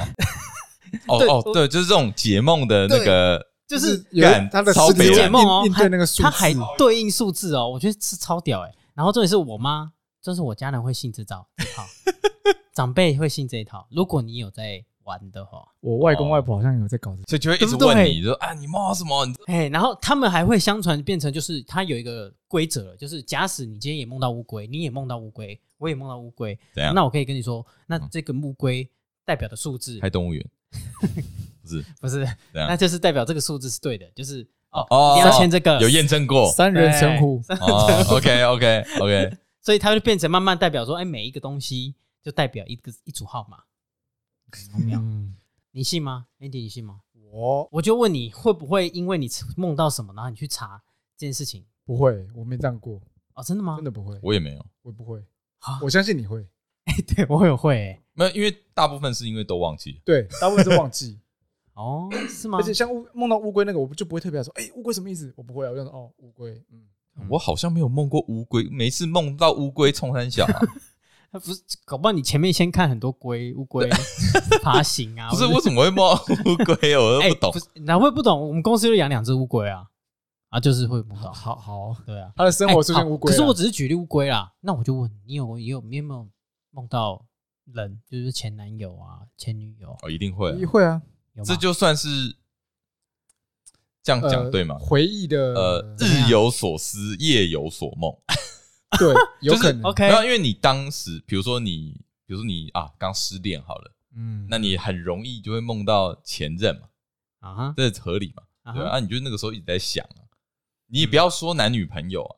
Speaker 1: 哦
Speaker 2: 对
Speaker 1: 哦，对，就是这种解梦的那个，
Speaker 2: 就是
Speaker 3: 有
Speaker 1: 干
Speaker 3: 他的
Speaker 1: 超
Speaker 3: 实
Speaker 1: 北
Speaker 3: 体
Speaker 1: 啊蓝
Speaker 2: 解梦哦，
Speaker 3: 应对那个数字，
Speaker 2: 它还对应数字哦，我觉得是超屌哎、然后重点是我妈，就是我家人会信这招这套， 长辈会信这一套。如果你有在玩的话，
Speaker 3: 我外公外婆好像有在搞这个，
Speaker 1: 所以就会一直
Speaker 2: 对不对
Speaker 1: 问你，就说啊，你梦到什么？你
Speaker 2: 哎，然后他们还会相传变成就是它有一个规则，就是假使你今天也梦到乌龟，你也梦到乌龟，我也梦到乌龟，
Speaker 1: 怎
Speaker 3: 啊
Speaker 1: 样？
Speaker 2: 那我可以跟你说，那
Speaker 3: 嗯
Speaker 2: 这个乌龟代表的数字
Speaker 1: 开动 物园？不是
Speaker 2: 不是，
Speaker 3: 嗯
Speaker 1: 怎
Speaker 2: 那
Speaker 1: 样？
Speaker 2: 就是代表这个数字是对的，就是哦，
Speaker 1: 哦
Speaker 2: 一定要签这个
Speaker 1: 有验证过。
Speaker 3: 三人成虎，
Speaker 1: 哦，OK OK OK，
Speaker 2: 所以它就变成慢慢代表说，哎，每一个东西就代表一个一组号码，
Speaker 3: 嗯，
Speaker 2: 你信吗？Andy，你信吗？
Speaker 3: 我
Speaker 2: 我就问你会不会因为你梦到什么，然后你去查这件事情？
Speaker 3: 不会，我没这样过，
Speaker 2: 哦，真的吗？
Speaker 3: 真的不会，
Speaker 1: 我也没有，
Speaker 3: 我不会，
Speaker 2: 啊
Speaker 3: 我相信你会，
Speaker 2: 对我有会、欸、
Speaker 1: 没有，因为大部分是因为都忘记了。
Speaker 3: 对，大部分是忘 记，
Speaker 2: 哦，是吗
Speaker 1: 哎
Speaker 3: 而？且像乌梦到乌龟那个，我就不会特别说，哎，乌龟什么意思？我不会啊，我就说哦，乌龟，嗯，
Speaker 1: 我好像没有梦过乌龟，每次梦到乌龟冲 山小啊，
Speaker 2: 哎不是，搞不好你前面先看很多龟、乌 龟爬行啊。
Speaker 1: 不是
Speaker 2: 或者
Speaker 1: 为什么会梦到乌龟？我
Speaker 2: 哎
Speaker 1: 都不懂
Speaker 2: 不。是，哪会不懂？我们公司就养两只乌龟啊，啊，就是会梦到。
Speaker 3: 好好，
Speaker 2: 对啊，
Speaker 3: 他的生活出
Speaker 2: 哎
Speaker 3: 现
Speaker 2: 好
Speaker 3: 乌龟啊，
Speaker 2: 可是我只是举例乌龟啦。那我就问你有你有你有没有梦到人，就是前男友啊、前女友
Speaker 1: 哦，一定会啊，
Speaker 3: 你会啊，
Speaker 2: 有吗？
Speaker 1: 这就算是这样讲
Speaker 3: 呃
Speaker 1: 对吗？
Speaker 3: 回忆的
Speaker 1: 呃，
Speaker 2: 么样
Speaker 1: 日有所思，夜有所梦。
Speaker 3: 对，有
Speaker 1: 就是
Speaker 3: 可能，
Speaker 2: OK，
Speaker 1: 没有，因为你当时，比如说你，比如说你啊，刚失恋好了，
Speaker 3: 嗯，
Speaker 1: 那你很容易就会梦到前任嘛，
Speaker 2: 啊哈
Speaker 1: 这合理嘛？
Speaker 2: 啊
Speaker 1: 对
Speaker 2: 哈
Speaker 1: 啊，啊你就那个时候一直在想啊，你也不要说男女朋友啊，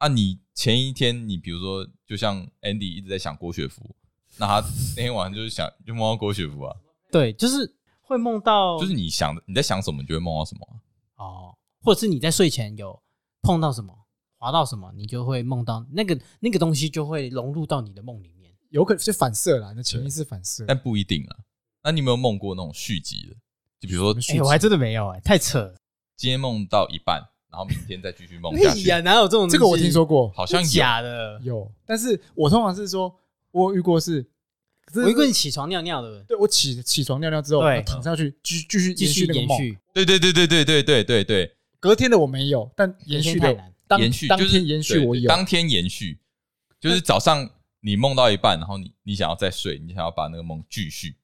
Speaker 1: 啊，你前一天你比如说，就像 Andy 一直在想郭雪芙，那他那天晚上就是想就梦到郭雪芙啊，
Speaker 2: 对，就是会梦到，
Speaker 1: 就是你想的你在想什么，你就会梦到什么啊、
Speaker 2: 哦，或者是你在睡前有碰到什么、滑到什么，你就会梦到那个那个东西，就会融入到你的梦里面。
Speaker 3: 有可能是反射啦，你的潜意识反射，
Speaker 1: 但不一定啊。那你有没有梦过那种续集的？就比如说
Speaker 3: 什么续
Speaker 2: 哎、
Speaker 3: 集
Speaker 2: 我还真的没有哎、太扯了！
Speaker 1: 今天梦到一半，然后明天再继续 梦下
Speaker 2: 哎
Speaker 1: 去
Speaker 2: 呀，，哪有这种？
Speaker 3: 这个我听，说过，
Speaker 1: 好像有。
Speaker 2: 假的。
Speaker 3: 有，但是我通常是说，我有遇过是，可是
Speaker 2: 我一个你起床尿尿的，
Speaker 3: 对我起起床尿尿之后，
Speaker 2: 对
Speaker 3: 我躺下去继继续
Speaker 2: 继
Speaker 3: 延
Speaker 2: 续
Speaker 3: 续那个
Speaker 2: 延
Speaker 3: 梦，
Speaker 2: 续，
Speaker 1: 对对对对对对对对对，
Speaker 3: 隔天的我没有，但延续
Speaker 2: 太
Speaker 3: 的
Speaker 2: 难。
Speaker 3: 当
Speaker 1: 延续
Speaker 3: 当
Speaker 1: 就是
Speaker 3: 天延
Speaker 1: 对
Speaker 3: 续
Speaker 1: 对
Speaker 3: 我有，
Speaker 1: 当天延续，就是早上你梦到一半，然后你你想要再睡，你想要把那个梦继续，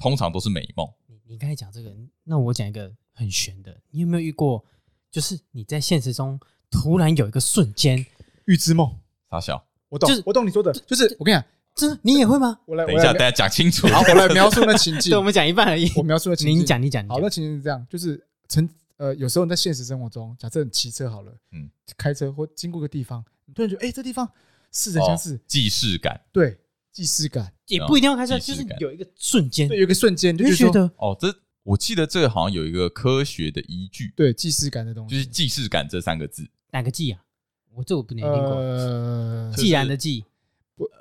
Speaker 1: 通常都是美梦。
Speaker 2: 你你刚才讲这个，那我讲一个很悬的，你有没有遇过？就是你在现实中突然有一个瞬间，
Speaker 3: 预知梦，
Speaker 1: 傻小，
Speaker 3: 我懂
Speaker 2: 就是，
Speaker 3: 我懂你说的，就是我跟你讲，
Speaker 2: 这你也会吗？
Speaker 3: 我来
Speaker 1: 等
Speaker 3: 我
Speaker 1: 一
Speaker 3: 来
Speaker 1: 下，大
Speaker 3: 描，
Speaker 1: 家讲清楚。
Speaker 3: 好，我来描述那情境
Speaker 2: 对，我，们讲一半而已。
Speaker 3: 我描述那情
Speaker 2: 你
Speaker 3: 境，
Speaker 2: 你讲，你讲，你
Speaker 3: 好，
Speaker 2: 讲
Speaker 3: 那情境是这样，就是曾呃，有时候你在现实生活中，假设你骑车好了，
Speaker 1: 嗯
Speaker 3: 嗯，开车或经过个地方，你突然觉得，哎、这地方似曾
Speaker 1: 哦
Speaker 3: 相识，
Speaker 1: 既视感
Speaker 3: 对，既视感，
Speaker 2: 也
Speaker 1: 哦
Speaker 2: 不一定要开车，
Speaker 1: 即
Speaker 2: 就
Speaker 1: 视
Speaker 2: 是
Speaker 1: 感
Speaker 2: 有一个瞬间，
Speaker 3: 对，有一个瞬间
Speaker 2: 嗯
Speaker 3: 你
Speaker 2: 你
Speaker 3: 就
Speaker 2: 就
Speaker 3: 觉
Speaker 2: 觉
Speaker 3: 得说，
Speaker 2: 得
Speaker 1: 哦，这我记得这个好像有一个科学的依据，
Speaker 3: 对，既视感的东
Speaker 1: 就
Speaker 3: 西，
Speaker 1: 是既视感这三个字。
Speaker 2: 哪个季啊？我这我不能听过。
Speaker 3: 呃
Speaker 1: 就是
Speaker 2: 既然的既，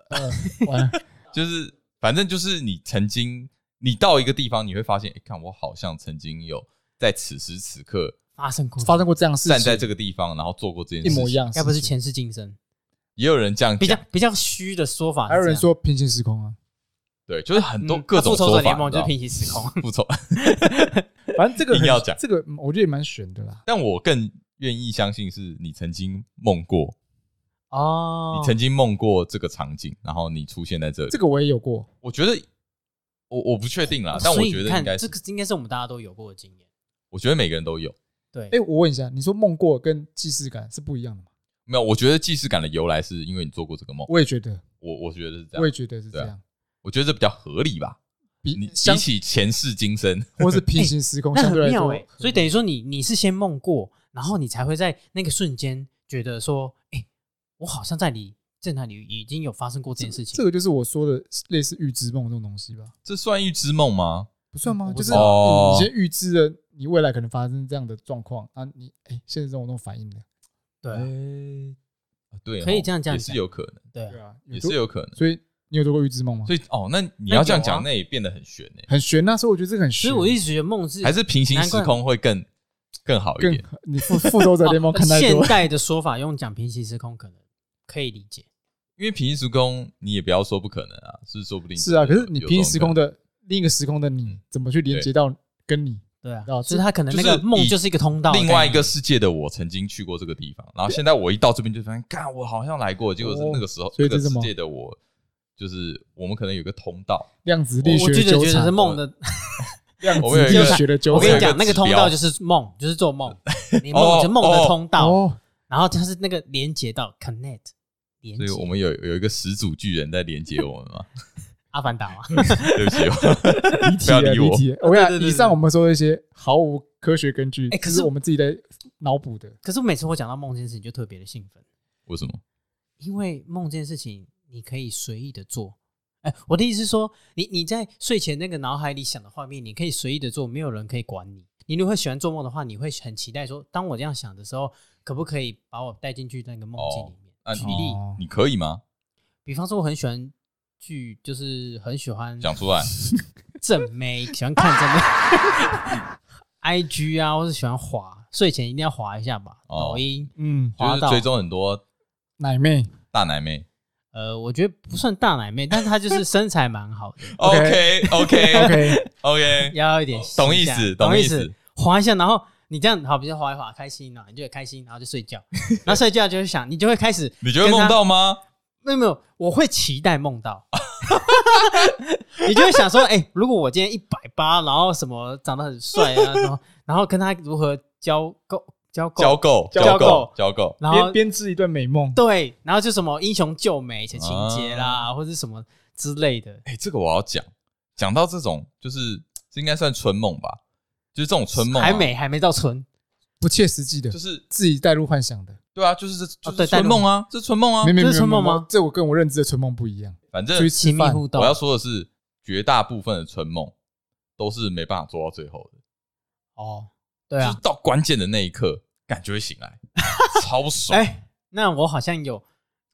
Speaker 3: 呃，完了，
Speaker 1: 就是反正就是你曾经，你到一个地方，你会发现，哎、看我好像曾经有在此时此刻
Speaker 2: 发生过，
Speaker 3: 发生过这样的事情，
Speaker 1: 站在这个地方，然后做过这件
Speaker 3: 一
Speaker 1: 事情，
Speaker 3: 模一样的事情，
Speaker 2: 该不是前世今生？
Speaker 1: 也有人这样
Speaker 2: 比较
Speaker 1: 讲，
Speaker 2: 比较虚的说法是这
Speaker 3: 还
Speaker 2: 样。
Speaker 3: 有人说平行时空啊，
Speaker 1: 对，就是很多
Speaker 2: 嗯
Speaker 1: 各种
Speaker 2: 复仇
Speaker 1: 说
Speaker 2: 者
Speaker 1: 法。
Speaker 2: 联盟就是
Speaker 1: 你
Speaker 2: 平行时空。
Speaker 1: 知道吗复仇，
Speaker 3: 反正这个
Speaker 1: 硬
Speaker 3: 很
Speaker 1: 要讲
Speaker 3: 这个嗯我觉得也蛮悬的啦。
Speaker 1: 但我更愿意相信是你曾经梦过，
Speaker 2: 哦，
Speaker 1: 你曾经梦过这个场景，然后你出现在这里。
Speaker 3: 这个我也有过，
Speaker 1: 我觉得，我我不确定啦
Speaker 2: 哦，
Speaker 1: 啊但我
Speaker 2: 所以
Speaker 1: 觉
Speaker 2: 你
Speaker 1: 得
Speaker 2: 看
Speaker 1: 应该
Speaker 2: 这
Speaker 1: 是，
Speaker 2: 个应该是我们大家都有过的经验。
Speaker 1: 我觉得每个人都有。
Speaker 2: 对，
Speaker 3: 哎，我问一下，你说梦过跟既视感是不一样的吗？
Speaker 1: 没有，我觉得既视感的由来是因为你做过这个梦，
Speaker 3: 我也觉得，
Speaker 1: 我我觉得是这
Speaker 3: 我也
Speaker 1: 样，
Speaker 3: 觉得是这
Speaker 1: 对啊
Speaker 3: 样，
Speaker 1: 我觉得这比较合理吧。
Speaker 3: 比
Speaker 1: 你比
Speaker 3: 相
Speaker 1: 起前世今生，
Speaker 3: 或是平行时空
Speaker 2: 那
Speaker 3: 相
Speaker 2: 很
Speaker 3: 对来
Speaker 2: 妙
Speaker 3: 说
Speaker 2: 哎、，所以等于说你你是先梦过，然后你才会在那个瞬间觉得说，哎、我好像在你在那里已经有发生过这件事情。
Speaker 3: 这个就是我说的类似预知梦这种东西吧？
Speaker 1: 这算预知梦吗？
Speaker 3: 不算吗
Speaker 2: 我？不
Speaker 3: 就是
Speaker 2: 知道
Speaker 1: 哦
Speaker 3: 你先预知了你未来可能发生这样的状况啊，你哎、现实中有那种反应的，
Speaker 2: 对啊，
Speaker 1: 哎，对哦，
Speaker 2: 可以这样这样
Speaker 1: 也是
Speaker 2: 讲
Speaker 1: 有可能，
Speaker 2: 对啊，
Speaker 3: 啊，
Speaker 1: 也是有可能。
Speaker 3: 所以你有做过预知梦吗？
Speaker 1: 所以哦，那你
Speaker 2: 那
Speaker 1: 要这样
Speaker 2: 有啊
Speaker 1: 讲，那也变得很悬哎。
Speaker 3: 很悬啊，所以我觉得这个很
Speaker 2: 所
Speaker 3: 悬。
Speaker 2: 以我一直觉得梦是
Speaker 1: 还是平行
Speaker 2: 难怪
Speaker 1: 时空会更更好一
Speaker 3: 更
Speaker 1: 点。
Speaker 3: 你复复仇者联 盟
Speaker 2: 哦
Speaker 3: 看太
Speaker 2: 现
Speaker 3: 多，
Speaker 2: 代的说法，用讲平行时空可能可以理解。
Speaker 1: 因为平行时空你也不要说不可能啊，是说不定
Speaker 3: 是啊，可
Speaker 1: 真的
Speaker 3: 是你
Speaker 1: 有
Speaker 3: 平行
Speaker 1: 这
Speaker 3: 时
Speaker 1: 种
Speaker 3: 空的另一个时空的你
Speaker 1: 嗯，
Speaker 3: 怎么去连接到跟你？
Speaker 2: 对啊，
Speaker 3: 哦
Speaker 2: 所以他可能那
Speaker 1: 就
Speaker 2: 个
Speaker 1: 是
Speaker 2: 梦
Speaker 1: 以
Speaker 2: 就是一个通道啊
Speaker 1: 可
Speaker 2: 的概
Speaker 1: 能
Speaker 2: 念，
Speaker 1: 另外一个世界的我曾经去过这个地方，然后现在我一到这边就发现，干我好像来过，结果是那个时候
Speaker 3: 哦所
Speaker 1: 这
Speaker 3: 以这
Speaker 1: 个
Speaker 3: 是什
Speaker 1: 世
Speaker 3: 么
Speaker 1: 界的我，就是我们可能有个通道，
Speaker 3: 量子力
Speaker 2: 我
Speaker 3: 学
Speaker 2: 就
Speaker 3: 的
Speaker 2: 觉得
Speaker 3: 纠
Speaker 2: 觉得是
Speaker 3: 缠，
Speaker 2: 梦的。
Speaker 3: 量
Speaker 1: 我有
Speaker 3: 子
Speaker 1: 一个
Speaker 3: 力学的纠
Speaker 2: 我跟
Speaker 3: 缠。
Speaker 2: 你
Speaker 1: 有一
Speaker 2: 讲，
Speaker 1: 个
Speaker 2: 那个
Speaker 1: 指
Speaker 2: 通
Speaker 1: 标
Speaker 2: 道就是梦，就是做梦，你梦就梦的通道，
Speaker 3: 哦，
Speaker 2: 然后它是那个连接到 connect 连
Speaker 1: 所以我
Speaker 2: 接
Speaker 1: 们有有一个始祖巨人在连接我们嘛。
Speaker 2: 阿凡达嘛，
Speaker 1: 对不起，
Speaker 3: 离
Speaker 1: 我不
Speaker 3: 题
Speaker 1: 要
Speaker 3: 了，
Speaker 1: 理
Speaker 3: 离
Speaker 1: 我。
Speaker 3: 题了。我跟
Speaker 2: 对对对
Speaker 3: 你讲，以上我们说的一些毫无科学根据，
Speaker 2: 哎可
Speaker 3: 这
Speaker 2: 是
Speaker 3: 是我们自己在脑补的。
Speaker 2: 可是每次我讲到梦这件事情，就特别的兴奋，
Speaker 1: 为什么？
Speaker 2: 因为梦这件事情你可以随意的做。哎，我的意思是说，你你在睡前那个脑海里想的画面，你可以随意的做，没有人可以管你。你如果会喜欢做梦的话，你会很期待说，当我这样想的时候，可不可以把我带进去那个梦境里面？
Speaker 1: 那
Speaker 2: 举
Speaker 1: 你
Speaker 2: 例，
Speaker 3: 哦
Speaker 1: 啊你可以吗？
Speaker 2: 比方说，我很喜欢剧，就是很喜欢
Speaker 1: 讲出来。
Speaker 2: 正妹，喜欢看正妹 ，IG 啊，或是喜欢滑，睡前一定要滑一下吧，
Speaker 1: 哦
Speaker 2: 抖音。
Speaker 3: 嗯，
Speaker 1: 就
Speaker 2: 滑
Speaker 1: 是
Speaker 2: 到
Speaker 1: 追踪很多
Speaker 3: 奶妹，
Speaker 1: 大奶妹。
Speaker 2: 呃，我觉得不算大奶妹，但是她就是 身材蛮好的，
Speaker 1: OK
Speaker 3: OK
Speaker 1: OK
Speaker 3: OK，
Speaker 1: OK，
Speaker 2: 要一点细
Speaker 1: 懂意
Speaker 2: 下
Speaker 1: 思
Speaker 2: 懂
Speaker 1: 懂意
Speaker 2: 思
Speaker 1: 思，
Speaker 2: 滑一下，然后你这样好，比如说滑一滑，开心啊，你就会开心，然后就睡觉， 然后睡觉就会想，你就会开始，
Speaker 1: 你觉得梦到吗？
Speaker 2: 没有没有，我会期待梦到。 你就会想说，哎、如果我今天一百八，然后什么长得很帅啊，然后然后跟他如何交够交够
Speaker 1: 交够
Speaker 2: 交
Speaker 1: 够
Speaker 2: 够
Speaker 1: 交够，
Speaker 2: 然后
Speaker 3: 编编织一段美梦。
Speaker 2: 对，然后就什么英雄救美的情节啦，
Speaker 1: 啊
Speaker 2: 或者什么之类的。
Speaker 1: 哎、这个我要讲，讲到这种就是这应该算春梦吧，就是这种春梦、啊、
Speaker 2: 还没还没到春，
Speaker 3: 不切实际的，
Speaker 1: 就是
Speaker 3: 自己带入幻想的。
Speaker 1: 对啊，就是这
Speaker 2: 哦
Speaker 1: 就是
Speaker 2: 对带
Speaker 1: 春
Speaker 2: 入
Speaker 1: 梦啊，这是春梦啊
Speaker 3: 没，没
Speaker 2: 哦这
Speaker 3: 没
Speaker 2: 是春
Speaker 3: 没
Speaker 2: 梦吗
Speaker 3: 没这我跟我认知的春梦不一样。
Speaker 1: 反
Speaker 3: 出
Speaker 1: 正
Speaker 3: 去吃
Speaker 2: 亲密
Speaker 3: 饭，
Speaker 2: 互动。
Speaker 1: 我要说的是，绝大部分的春梦都是没办法做到最后的，
Speaker 2: 哦，对
Speaker 1: 就
Speaker 2: 啊
Speaker 1: 是，到关键的那一刻，感觉会醒来，超爽，
Speaker 2: 哎、那我好像有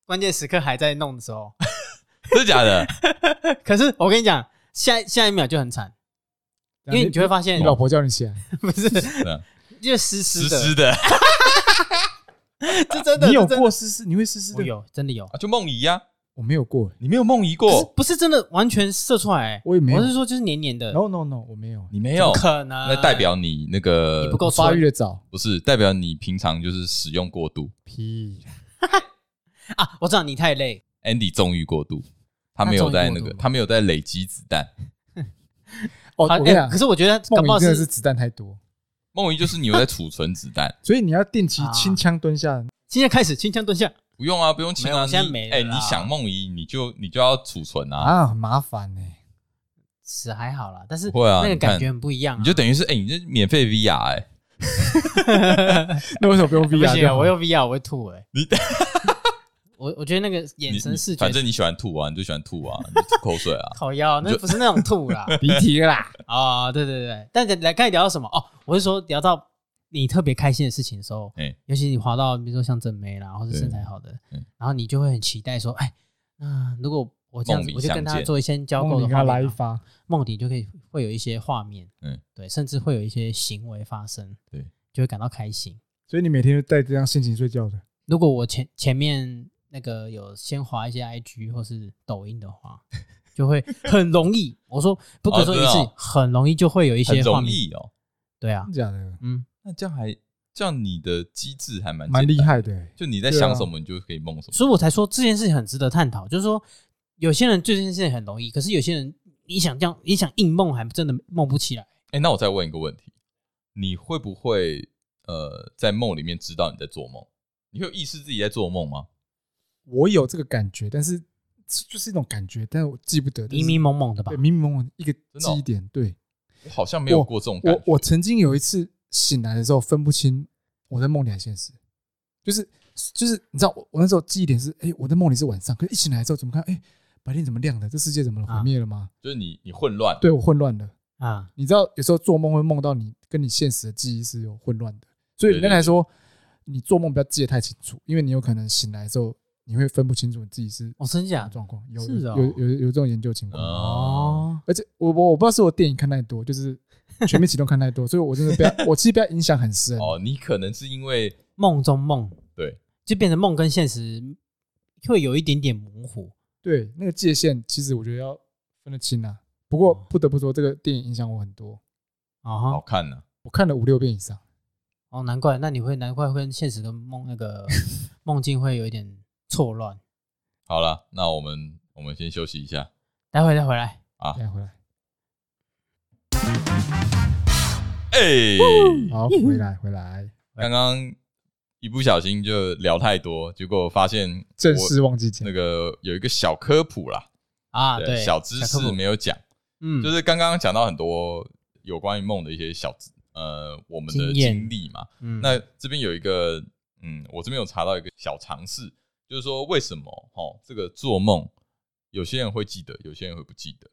Speaker 2: 关键时刻还在弄的时候，
Speaker 1: 真的假的？
Speaker 2: 可是我跟你讲，下下一秒就很惨，因为你就会发现
Speaker 3: 啊你老婆叫你起来，
Speaker 2: 不是
Speaker 1: 的，
Speaker 2: 就湿湿
Speaker 1: 湿
Speaker 2: 的，
Speaker 1: 湿啊 的，啊
Speaker 2: 这真的
Speaker 3: 你有
Speaker 2: 这真的
Speaker 3: 过思思，你会思思
Speaker 2: 我
Speaker 3: 的？
Speaker 2: 有真的有，
Speaker 1: 啊就梦遗啊，
Speaker 3: 我没有过。
Speaker 1: 你没有梦遗
Speaker 2: 可是
Speaker 1: 过，
Speaker 2: 不是真的完全射出来、欸
Speaker 3: 我也没有
Speaker 2: 我是说就是黏黏的，
Speaker 3: No No No，我没有。
Speaker 1: 你没有
Speaker 2: 不，可能
Speaker 1: 那代表你那个
Speaker 2: 你不够
Speaker 3: 我发育的早，
Speaker 1: 不是代表你平常就是使用过度
Speaker 3: 屁！
Speaker 2: 啊！我知道你太累，
Speaker 1: ，Andy 纵欲过度，他
Speaker 2: 他
Speaker 1: 没有
Speaker 2: 纵欲
Speaker 1: 在
Speaker 2: 过
Speaker 1: 那
Speaker 2: 度
Speaker 1: 个，
Speaker 2: 吗
Speaker 1: 他没有在累积子弹。
Speaker 3: 哦，
Speaker 2: 好
Speaker 3: 我跟你
Speaker 2: 哎
Speaker 3: 讲
Speaker 2: 可，是我觉得搞
Speaker 3: 梦
Speaker 2: 不好
Speaker 3: 里真的
Speaker 2: 是
Speaker 3: 是子弹太多，，
Speaker 1: 梦遗就是你有在储存子弹
Speaker 3: 所以你要定期
Speaker 2: 啊
Speaker 3: 轻枪蹲下。
Speaker 2: 现在开始清枪蹲下，
Speaker 1: 不用啊，不用清
Speaker 2: 没
Speaker 1: 啊。
Speaker 2: 有
Speaker 1: 你
Speaker 2: 现在没了
Speaker 1: 哎，
Speaker 2: 啦
Speaker 1: 你想梦遗，你就你就要储存啊，
Speaker 3: 啊，很麻烦呢、
Speaker 2: 是还好啦，但是
Speaker 1: 不会啊
Speaker 2: 那个
Speaker 1: 你看
Speaker 2: 感觉很不一样、啊。
Speaker 1: 你就等于是哎，你这免费 VR 哎，
Speaker 3: 那为什么不 用
Speaker 2: 不
Speaker 3: VR？
Speaker 2: 行
Speaker 3: 就
Speaker 2: 啊，
Speaker 3: 好
Speaker 2: 我有 VR 我会吐哎、
Speaker 1: 你
Speaker 2: 我我觉得那个眼
Speaker 1: 你
Speaker 2: 神视
Speaker 1: 你
Speaker 2: 觉，，
Speaker 1: 反正你喜欢吐啊，你就喜欢吐啊，你就吐口水啊
Speaker 2: 烤腰
Speaker 1: 你
Speaker 2: 那
Speaker 1: 就
Speaker 2: 不是那种吐啦
Speaker 3: 离题了 啦。
Speaker 2: 啊、对对对。但是来刚才聊到什么哦？我是说聊到你特别开心的事情的时候，
Speaker 1: 哎
Speaker 2: 尤其你滑到比如说像正妹啦，或是
Speaker 1: 对
Speaker 2: 身材好的
Speaker 1: 嗯，
Speaker 2: 然后你就会很期待说，哎，那如果我这样
Speaker 1: 梦
Speaker 2: 子
Speaker 1: 里，
Speaker 2: 我就跟
Speaker 1: 相
Speaker 2: 他
Speaker 1: 见
Speaker 2: 做一些交
Speaker 3: 梦
Speaker 2: 流
Speaker 3: 里
Speaker 2: 的
Speaker 3: 给
Speaker 2: 话，
Speaker 3: 他来一发，
Speaker 2: 梦里就可以会有一些画面，
Speaker 1: 嗯
Speaker 2: 嗯，对，甚至会有一些行为发生，
Speaker 1: 对，
Speaker 2: 就会感到开心。
Speaker 3: 所以你每天都带这样心情睡觉的。
Speaker 2: 如果我前前面那个有先滑一些 IG 或是抖音的话，就会很容易。我说不可说一
Speaker 1: 哦真的
Speaker 2: 次
Speaker 1: 哦，
Speaker 2: 很容易就会有 一
Speaker 1: 很
Speaker 2: 些画
Speaker 1: 容
Speaker 2: 面。
Speaker 1: 易哦。
Speaker 2: 对啊
Speaker 3: 真，假的，
Speaker 2: 嗯，
Speaker 1: 那这样还这样你的机制还蛮
Speaker 3: 蛮
Speaker 1: 简单
Speaker 3: 厉，害的、欸。
Speaker 1: 就你在
Speaker 3: 对啊
Speaker 1: 想什么，你就可以梦什么。
Speaker 2: 所以我才说这件事情很值得探讨。就是说，有些人对这件事情很容易，可是有些人你想这样，你想硬梦，还真的梦不起来。
Speaker 1: 哎，那我再问一个问题，你会不会呃在梦里面知道你在做梦？你会有意识自己在做梦吗？
Speaker 3: 我有这个感觉，但是就是一种感觉，但是我记不得。
Speaker 2: 迷迷蒙蒙的吧
Speaker 3: 对，？迷迷蒙蒙一个
Speaker 1: 的哦
Speaker 3: 记忆点。对
Speaker 1: 我好像没有过这种感
Speaker 3: 我
Speaker 1: 觉，。
Speaker 3: 我曾经有一次醒来的时候分不清我在梦里还是现实，就是就是你知道我我那时候记忆点是，哎、我在梦里是晚上，可是一醒来之后怎么看，哎、白天怎么亮的？这世界怎么了？
Speaker 2: 啊
Speaker 3: 毁灭了吗？
Speaker 1: 就是你你混乱，
Speaker 3: 对我混乱了。
Speaker 2: 啊，
Speaker 3: 你知道有时候做梦会梦到你跟你现实的记忆是有混乱的，所以人
Speaker 1: 对对
Speaker 3: 家来说，你做梦不要记得太清楚，因为你有可能醒来之后你会分不清楚你自己是
Speaker 2: 哦，真
Speaker 3: 什么
Speaker 2: 假？
Speaker 3: 状况，有
Speaker 2: 是哦
Speaker 3: 有有有这种研究情况。
Speaker 1: 哦，
Speaker 2: 哦，
Speaker 3: 而且我我我不知道是我电影看太多，就是《全面启动》看太多，所以我真的不要，我其实被它影响很深。
Speaker 1: 哦，你可能是因为
Speaker 2: 梦中梦，
Speaker 1: 对，
Speaker 2: 就变成梦跟现实会有一点点模糊。
Speaker 3: 对，那个界限其实我觉得要分得清啊。不过不得不说，这个电影影响我很多，
Speaker 1: 好
Speaker 3: 啊
Speaker 2: 哦，
Speaker 1: 看呢、
Speaker 3: 我看了五六遍以上。
Speaker 2: 哦，难怪，那你会难怪会跟现实跟梦那个 梦境会有一点错乱。
Speaker 1: 好了，那我们我们先休息一下。
Speaker 2: 待会再回来，
Speaker 1: 啊
Speaker 3: 现，在回来，
Speaker 1: 哎、
Speaker 3: 好，回来回来，
Speaker 1: 刚刚一不小心就聊太多，结果发现
Speaker 3: 正
Speaker 1: 我
Speaker 3: 式忘记讲
Speaker 1: 那个有一个小科普啦，
Speaker 2: 啊，对，
Speaker 1: 小知
Speaker 2: 小科
Speaker 1: 识
Speaker 2: 普
Speaker 1: 没有讲，
Speaker 2: 嗯，
Speaker 1: 就是刚刚讲到很多有关于梦的一些小知呃我们的
Speaker 2: 经验
Speaker 1: 经历嘛，
Speaker 2: 嗯
Speaker 1: 那这边有一个，嗯，我这边有查到一个小常识，就是说为什么哦，这个做梦有些人会记得，有些人会不记得。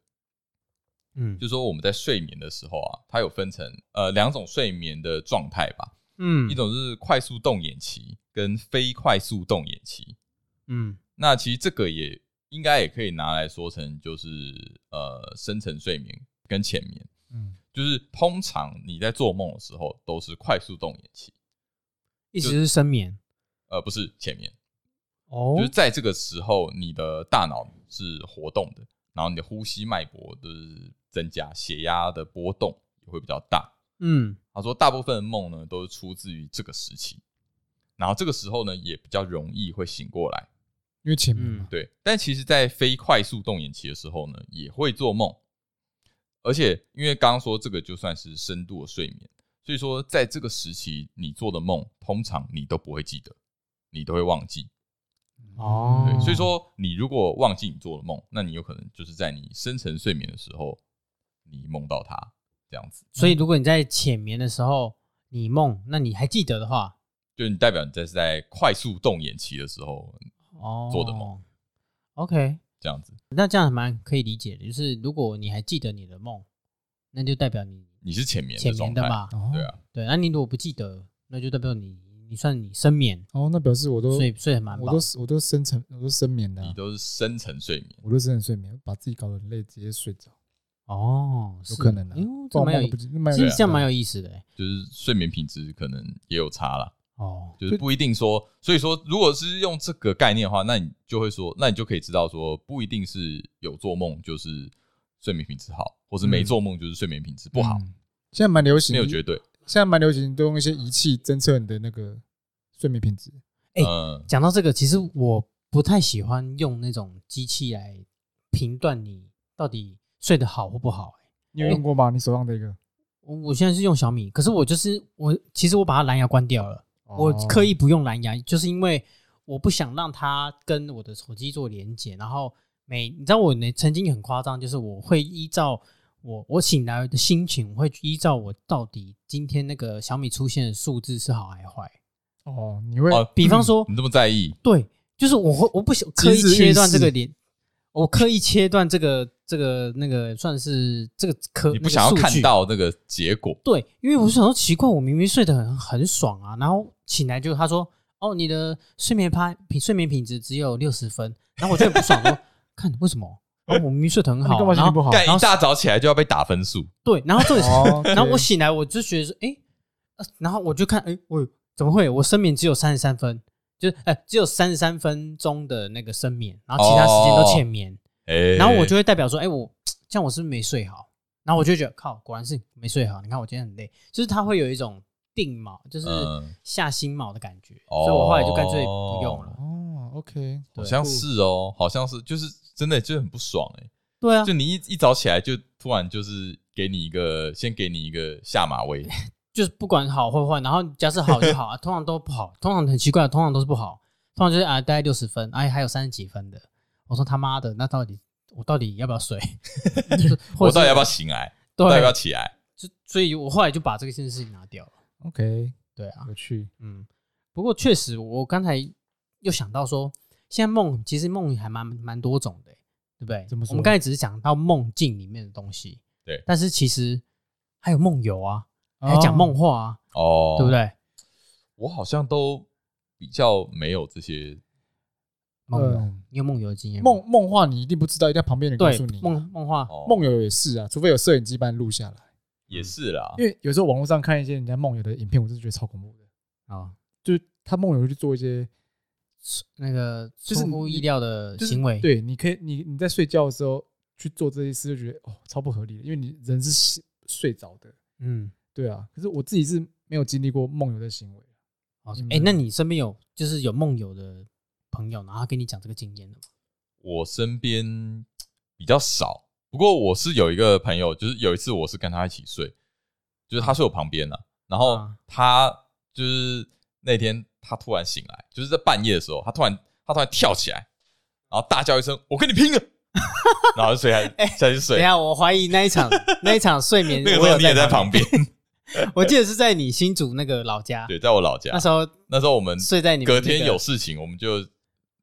Speaker 2: 嗯
Speaker 1: 就是说我们在睡眠的时候啊，它有分成呃两种睡眠的状态吧，
Speaker 2: 嗯
Speaker 1: 一种是快速动眼期跟非快速动眼期。
Speaker 2: 嗯
Speaker 1: 那其实这个也应该也可以拿来说成就是呃深层睡眠跟浅眠，
Speaker 3: 嗯，
Speaker 1: 就是通常你在做梦的时候都是快速动眼期，
Speaker 2: 一直是深眠
Speaker 1: 呃不是浅眠。
Speaker 2: 哦
Speaker 1: 就是在这个时候，你的大脑是活动的，然后你的呼吸脉搏就是增加，血压的波动也会比较大。
Speaker 2: 嗯
Speaker 1: 他说，大部分的梦呢都是出自于这个时期，然后这个时候呢也比较容易会醒过来。
Speaker 3: 因为
Speaker 2: 嗯
Speaker 3: 前面嘛，
Speaker 1: 对，但其实，在非快速动眼期的时候呢，也会做梦，而且因为刚刚说这个就算是深度的睡眠，所以说在这个时期你做的梦，通常你都不会记得，你都会忘记。
Speaker 2: 哦
Speaker 1: 对，所以说你如果忘记你做的梦，那你有可能就是在你深层睡眠的时候，你梦到它这样子，
Speaker 2: 所以如果你在浅眠的时候你梦，那你还记得的话，
Speaker 1: 就你代表你在是在快速动眼期的时候
Speaker 2: 哦，
Speaker 1: 做的梦。
Speaker 2: OK，
Speaker 1: 这样子，
Speaker 2: 那这样还蛮可以理解的，就是如果你还记得你的梦，那就代表你
Speaker 1: 你是浅眠
Speaker 2: 浅
Speaker 1: 状
Speaker 2: 眠的，
Speaker 1: 态
Speaker 2: 嘛。
Speaker 3: 哦，
Speaker 1: 对啊，
Speaker 2: 对，那你如果不记得，那就代表你你算你深眠，
Speaker 3: 哦，那表示我都
Speaker 2: 睡睡得蛮
Speaker 3: 我
Speaker 2: 饱
Speaker 3: 都。我都深沉，我都深眠的啊
Speaker 1: 你，都是深层睡眠。
Speaker 3: 我都深沉睡眠，把自己搞得很累，直接睡着，
Speaker 2: 哦，
Speaker 3: 有
Speaker 2: 是
Speaker 3: 可能啊
Speaker 2: 哎呦，，
Speaker 3: 不
Speaker 2: 这
Speaker 3: 然我
Speaker 2: 蛮有
Speaker 3: 梦
Speaker 2: 意
Speaker 3: 得不，蛮有
Speaker 2: 其
Speaker 3: 啊意
Speaker 2: 实
Speaker 3: 思
Speaker 2: 这样
Speaker 3: 的
Speaker 2: 蛮有意思的欸。
Speaker 1: 就是睡眠品质可能也有差啦，
Speaker 2: 哦，
Speaker 1: 就是不一定说，所以说如果是用这个概念的话，那你就会说，那你就可以知道说，不一定是有做梦就是睡眠品质好，或是没
Speaker 2: 嗯
Speaker 1: 做梦就是睡眠品质不好，
Speaker 3: 嗯现在蛮流行，
Speaker 1: 没有绝对。
Speaker 3: 现在蛮流行都用一些仪器侦测你的那个睡眠品质。
Speaker 2: 哎
Speaker 1: 嗯，
Speaker 2: 讲到这个，其实我不太喜欢用那种机器来评断你到底睡得好或不好欸。
Speaker 3: 你有用过吗？你手上的一个？
Speaker 2: 我我现在是用小米，可是我就是我，其实我把它蓝牙关掉了，我
Speaker 1: 哦
Speaker 2: 刻意不用蓝牙，就是因为我不想让它跟我的手机做连接。然后每你知道我呢曾经很夸张，就是我会依照我我醒来的心情，我会依照我到底今天那个小米出现的数字是好还是坏。
Speaker 3: 哦哦，你会
Speaker 1: 哦
Speaker 2: 比方说，
Speaker 1: 你这么在意，
Speaker 2: 对，就是我会我不想刻意
Speaker 3: 即时
Speaker 2: 切断
Speaker 3: 预
Speaker 2: 这
Speaker 3: 示
Speaker 2: 个连，我刻意切断这个这个那个算是这个科，
Speaker 1: 你
Speaker 2: 呃那
Speaker 1: 不
Speaker 2: 个
Speaker 1: 想要
Speaker 2: 数
Speaker 1: 看
Speaker 2: 据
Speaker 1: 到那个结果，
Speaker 2: 对，因
Speaker 3: 嗯
Speaker 2: 为我想说奇怪，我明明睡得很很爽啊，然后醒来就他说哦，你的睡眠拍品睡眠品质只有六十分，然后我就很不爽 说看为什么？然后我明明睡得很
Speaker 3: 那你
Speaker 2: 好
Speaker 3: 干嘛，心
Speaker 2: 然
Speaker 3: 情不
Speaker 2: 后
Speaker 3: 好？
Speaker 1: 干
Speaker 2: 哦然后
Speaker 1: 一大早起来就要被打分数，
Speaker 2: 对，然后这个，
Speaker 3: 哦，
Speaker 2: 然后我
Speaker 3: 对
Speaker 2: 醒来我就觉得说哎、呃然后我就看哎、我怎么会我深眠只有三十三分，就是哎、只有三十三分钟的那个深眠，然后其他时间
Speaker 1: 哦
Speaker 2: 都浅眠，
Speaker 1: 哎，
Speaker 2: 然后我就会代表说，哎、我这样我是不是没睡好？然后我就会觉得靠，果然是没睡好。你看我今天很累，就是它会有一种定锚，就是
Speaker 1: 嗯
Speaker 2: 下心锚的感觉，
Speaker 1: 哦
Speaker 2: 所以我后来就干脆不用了。
Speaker 3: 哦，OK，
Speaker 1: 好
Speaker 2: 对
Speaker 1: 像是哦，好像是，就是真的就很不爽哎、
Speaker 2: 对啊，
Speaker 1: 就你一一早起来就突然就是给你一个，先给你一个下马威，
Speaker 2: 就是不管好或坏，然后假设好就好 啊，通常都不好，通常很奇怪，通常都是不好，通常就是啊，大概六十分，哎、还有三十几分的。我说他妈的，那到底我到底要不要 睡？
Speaker 1: 我到底要不要
Speaker 2: 要
Speaker 1: 醒来？我到底要不要
Speaker 2: 对？
Speaker 1: 起来？
Speaker 2: 就所以，我后来就把这个件事情拿掉了。
Speaker 3: OK，
Speaker 2: 对啊，
Speaker 3: 有趣。
Speaker 2: 嗯，不过确实，我刚才又想到说，现在梦其实梦还蛮蛮多种的欸，对不对？
Speaker 3: 怎么说
Speaker 2: 我们刚才只是讲到梦境里面的东西，
Speaker 1: 对
Speaker 2: 但是其实还有梦游啊，还有讲梦话啊，
Speaker 1: 哦，
Speaker 2: 对不？对？
Speaker 1: 我好像都比较没有这些，
Speaker 2: 梦游，
Speaker 3: 嗯
Speaker 2: 你有梦游的经验吗？
Speaker 3: 梦梦话，你一定不知道，一定要旁边人告
Speaker 2: 对
Speaker 3: 诉你。
Speaker 2: 梦梦嗯话，
Speaker 1: 哦
Speaker 3: 梦游也是啊，除非有摄影机把你录下来。
Speaker 1: 也是啦，
Speaker 3: 因为有时候网络上看一些人家梦游的影片，我真的觉得超恐怖的。
Speaker 2: 啊，
Speaker 3: 就是他梦游去做一些，
Speaker 2: 那个
Speaker 3: 就是
Speaker 2: 出乎
Speaker 3: 你
Speaker 2: 意料的
Speaker 3: 就是
Speaker 2: 行为，
Speaker 3: 对，你可以你你在睡觉的时候去做这些事，就觉得哦超不合理的，因为你人是睡睡着的，
Speaker 2: 嗯，
Speaker 3: 对啊。可是我自己是没有经历过梦游的行为，
Speaker 2: 哦
Speaker 3: 嗯，
Speaker 2: 哎，那你身边有就是有梦游的朋友，然后他跟你讲这个经验的吗？
Speaker 1: 我身边比较少。不过我是有一个朋友，就是有一次我是跟他一起睡，就是他睡我旁边了、然后
Speaker 2: 嗯啊
Speaker 1: 他就是那天他突然醒来，就是在半夜的时候，他突然他突然跳起来，然后大叫一声：“我跟你 拼了！”然后就睡下下去
Speaker 2: 哎等一
Speaker 1: 睡。
Speaker 2: 下，我怀疑那一 场那一场睡眠，
Speaker 1: 那个
Speaker 2: 我
Speaker 1: 时
Speaker 2: 有
Speaker 1: 候你也在旁
Speaker 2: 旁
Speaker 1: 边，
Speaker 2: 边，我记得是在你新竹那个老家，
Speaker 1: 对，在我老家
Speaker 2: 那。时候
Speaker 1: 那时候我们
Speaker 2: 睡在你们那
Speaker 1: 隔
Speaker 2: 个
Speaker 1: 天有事情，我们就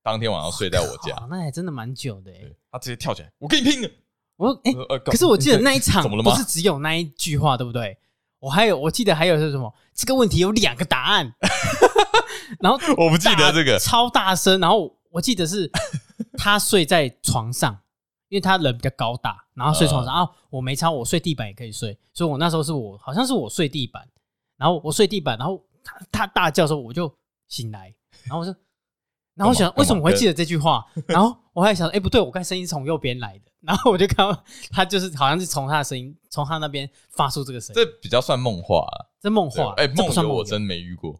Speaker 1: 当天晚上睡在我 家。
Speaker 2: 哦，那还真的蛮久的诶。
Speaker 1: 对他直接跳起来，我跟你拼了！
Speaker 2: 我哎，
Speaker 1: 呃呃
Speaker 2: 可是我记得那一场
Speaker 1: 怎么了
Speaker 2: 不
Speaker 1: 吗
Speaker 2: 是只有那一句话，对不对？我还有，我记得还有是什么？这个问题有两个答案， 然 后
Speaker 1: 我不记得这个
Speaker 2: 大超大声，然后我记得 是他睡在床上，因为他人比较高大，然后睡床上啊，我没超，我睡地板也可以睡，所以我那时候是我好像是我睡地板，然后我睡地板，然后他他大叫的时候我就醒来，然后 我就，然后我想
Speaker 1: 干嘛
Speaker 2: 为什么我会记得这句话，然后我还想，哎、不对，我刚才声音是从右边来的，然后我就看到他就是好像是从他的声音从他那边发出这个声音，
Speaker 1: 这比较算梦话了。
Speaker 2: 这梦
Speaker 1: 对
Speaker 2: 话，
Speaker 1: 哎，
Speaker 2: 这不
Speaker 1: 梦
Speaker 2: 算
Speaker 1: 游我
Speaker 2: 游
Speaker 1: 真没遇过，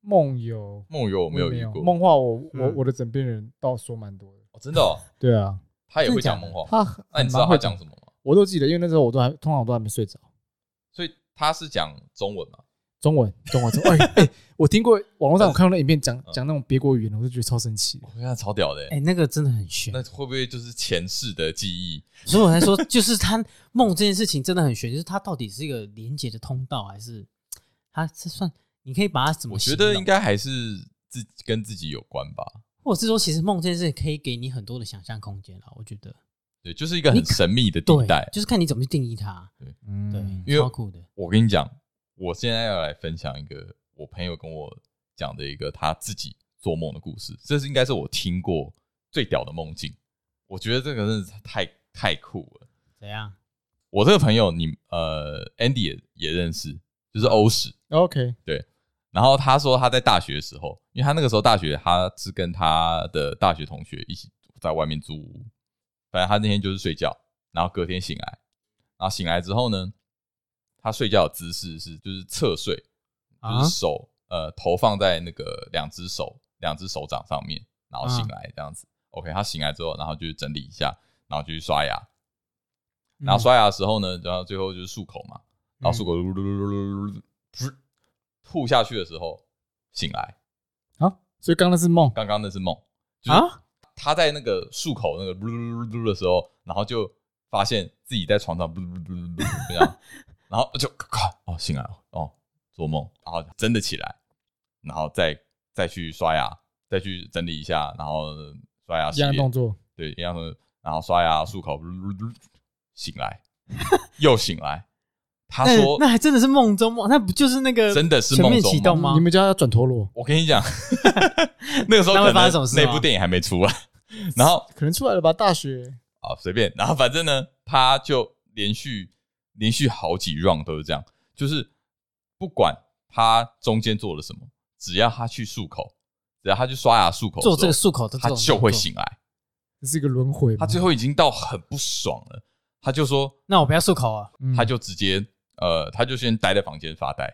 Speaker 3: 梦游
Speaker 1: 梦游我
Speaker 3: 我
Speaker 1: 没
Speaker 3: 也
Speaker 1: 有
Speaker 3: 没
Speaker 1: 遇
Speaker 3: 有
Speaker 1: 过。
Speaker 3: 梦话我，我
Speaker 2: 嗯
Speaker 3: 我的枕边人倒说蛮多的。
Speaker 1: 哦真的哦，
Speaker 3: 对啊，
Speaker 1: 他也会
Speaker 2: 真的假
Speaker 1: 讲
Speaker 2: 的
Speaker 1: 梦话。
Speaker 3: 他
Speaker 1: 那
Speaker 3: 很
Speaker 1: 你知道
Speaker 3: 蛮会
Speaker 1: 他讲什么吗？
Speaker 3: 我都记得，因为那时候我都还通常都还没睡着。
Speaker 1: 所以他是讲中文嘛？
Speaker 3: 中文，中文，中文。 哎、哎我听过网络上我看到那影片讲
Speaker 1: 嗯
Speaker 3: 讲那种别国语言的，我就觉得超神奇的
Speaker 1: 我。看他超屌的欸
Speaker 2: 哎、，那个真的很悬
Speaker 1: 那。会不会就是前世的记忆？
Speaker 2: 所以我才说，就是他梦这件事情真的很悬， 就是它到底是一个连接的通道，还是它这算？你可以把它怎么
Speaker 1: 我
Speaker 2: 形
Speaker 1: 觉
Speaker 2: 容？
Speaker 1: 得应该还是自己跟自己有关吧。
Speaker 2: 或者是说，其实梦这件事可以给你很多的想象空间啦。我觉得，
Speaker 1: 对，就是一个很神秘的地
Speaker 2: 对
Speaker 1: 带，。
Speaker 2: 就是看你怎么去定义它。
Speaker 3: 嗯
Speaker 2: 对，
Speaker 1: 因为
Speaker 2: 超酷的。
Speaker 1: 我跟你讲，我现在要来分享一个我朋友跟我讲的一个他自己做梦的故事，这是应该是我听过最屌的梦境。我觉得这个真的是太太酷了。
Speaker 2: 怎样？
Speaker 1: 我这个朋友你，呃，Andy 也也认识，就是欧史。
Speaker 3: OK，
Speaker 1: 然后他说他在大学的时候，因为他那个时候大学他是跟他的大学同学一起在外面租屋，反正他那天就是睡觉，然后隔天醒来，然后醒来之后呢，他睡觉的姿势是就是侧睡，
Speaker 2: 啊
Speaker 1: 就是手、呃头放在那个两只手两只手掌上面，然后醒来这样子。OK，他醒来之后，然后就整理一下，然后就去刷牙，然后刷牙的时候呢，然后最后就是漱口嘛，然后漱口噜噜噜噜噜噜，噗吐下去的时候醒来，
Speaker 3: 好，所以刚刚那是梦，
Speaker 1: 刚刚那是梦，就是
Speaker 2: 啊，
Speaker 1: 他在那个漱口那个噜噜噜噜的时候，然后就发现自己在床上噜噜噜噜噜这样，然后就靠哦醒来了哦做梦，然后真的起来，然后再再去刷牙，再去整理一下，然后刷牙
Speaker 3: 一
Speaker 1: 洗
Speaker 3: 样的
Speaker 1: 脸
Speaker 3: 动，作，
Speaker 1: 对一样的，然后刷牙漱口，噜噜噜醒来又醒来，他
Speaker 2: 那
Speaker 1: 说
Speaker 2: 哎那还真的是梦中梦，那不就是那个
Speaker 1: 真的是
Speaker 2: 全
Speaker 1: 梦
Speaker 2: 面
Speaker 1: 中
Speaker 2: 启
Speaker 1: 梦
Speaker 2: 动吗
Speaker 3: 你？们家要转陀螺，
Speaker 1: 我跟你讲， 那个时候
Speaker 2: 那
Speaker 1: 可
Speaker 2: 会发
Speaker 1: 能
Speaker 2: 生什么事
Speaker 1: 那
Speaker 2: 吗
Speaker 1: 部电影还没出来，然后
Speaker 3: 可能出来了吧？大学
Speaker 1: 啊随便，然后反正呢，他就连续连续好几 round 都是这样，就是不管他中间做了什么，只要他去漱口，只要他去刷牙漱口的时
Speaker 2: 做
Speaker 1: 候，
Speaker 2: 这个漱口的这
Speaker 1: 他
Speaker 2: 种
Speaker 1: 就会
Speaker 2: 动作。
Speaker 1: 醒来。
Speaker 3: 这是一个轮回嘛。
Speaker 1: 他最后已经到很不爽了，他就说，
Speaker 2: 那我不要漱口啊！
Speaker 3: 嗯
Speaker 1: 他就直接呃，他就先待在房间发呆，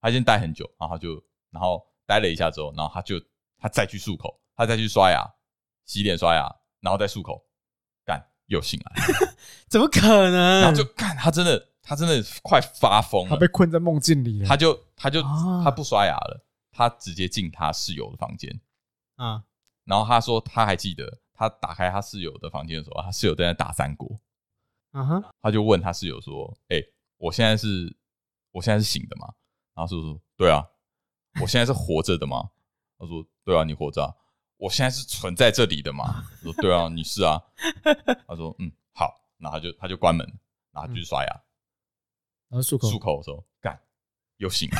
Speaker 1: 他先待很久，然后他就然后待了一下之后，然后他就他再去漱口，他再去刷牙、洗脸、刷牙，然后再漱口，干又醒来，
Speaker 2: 怎么可能？
Speaker 1: 然后就干他真的他真的快发疯
Speaker 3: 他
Speaker 1: 了
Speaker 3: 被，困在梦境里了。
Speaker 1: 他就他就
Speaker 2: 啊
Speaker 1: 他不刷牙了，他直接进他室友的房间，
Speaker 2: 啊，
Speaker 1: 然后他说他还记得他打开他室友的房间的时候，他室友正在打三国，
Speaker 2: 嗯哼，
Speaker 1: 他就问他室友说：“哎、我现在是，我现在是醒的吗？”然后室友说：“对啊，我现在是活着的吗？”他说：“对啊，你活着、啊。我现在是存在这里的吗？”我说：“对啊，你是啊。”他说：“嗯，好。”然后他就他就关门，然后就去刷牙，
Speaker 3: 然后漱口
Speaker 1: 漱口的时候干又醒了，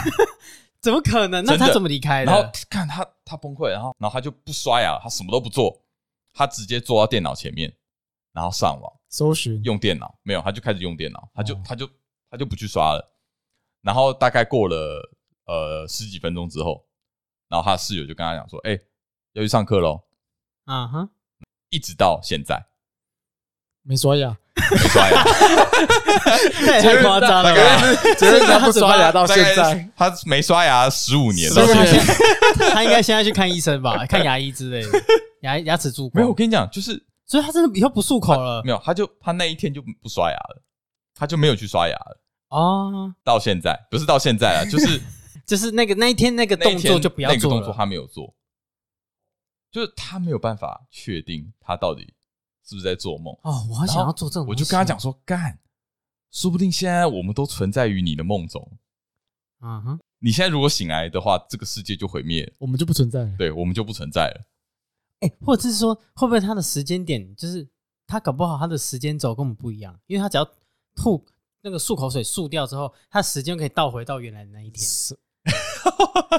Speaker 2: 怎么可能？那
Speaker 1: 真
Speaker 2: 他
Speaker 1: 的
Speaker 2: 怎么离开
Speaker 1: 然后
Speaker 2: 的？
Speaker 1: 看他他崩溃，然后然后他就不刷牙，他什么都不做，他直接坐到电脑前面，然后上网
Speaker 3: 搜寻，
Speaker 1: 用电脑，没有他就开始用电脑，他就
Speaker 3: 哦
Speaker 1: 他就他就不去刷了，然后大概过了呃十几分钟之后，然后他室友就跟他讲说，哎、要去上课喽，
Speaker 2: 啊 哈，
Speaker 1: 一直到现在
Speaker 3: 没刷牙，
Speaker 1: 没刷牙。
Speaker 2: 那也 太夸张了
Speaker 1: 大 概
Speaker 2: 吧！啊
Speaker 3: 只是他不刷牙到
Speaker 1: 大
Speaker 3: 现
Speaker 1: 概
Speaker 3: 在，
Speaker 1: 他没刷牙十五年
Speaker 3: 15
Speaker 1: 到现在
Speaker 3: 年。
Speaker 2: 他应该现在去看医生吧，看牙医之类的，牙牙齿蛀
Speaker 1: 没
Speaker 2: 光
Speaker 1: 有，我。跟你讲，就是
Speaker 2: 所以他真的以后不漱口了
Speaker 1: 没有，他就他那一天就不刷牙了，他就没有去刷牙了，
Speaker 2: 哦，
Speaker 1: 到现在不是到现在啊，就是
Speaker 2: 就是那个那一天那个
Speaker 1: 那一
Speaker 2: 动
Speaker 1: 天
Speaker 2: 作就不要
Speaker 1: 那个
Speaker 2: 做
Speaker 1: 动作
Speaker 2: 了。
Speaker 1: 他没有做，就是他没有办法确定他到底是不是在做梦。
Speaker 2: 哦，我好想要做这种，
Speaker 1: 我就跟他讲，说，干，说不定现在我们都存在于你的梦中。
Speaker 2: 嗯哼，
Speaker 1: 你现在如果醒来的话，这个世界就毁灭了，
Speaker 3: 我们就不存在了。
Speaker 1: 对我们就不存在了。
Speaker 2: 哎，或者是说，会不会他的时间点就是他搞不好他的时间轴跟我们不一样，因为他只要吐那个漱口水漱掉之后，他时间可以倒回到原来的那一 天，
Speaker 3: 是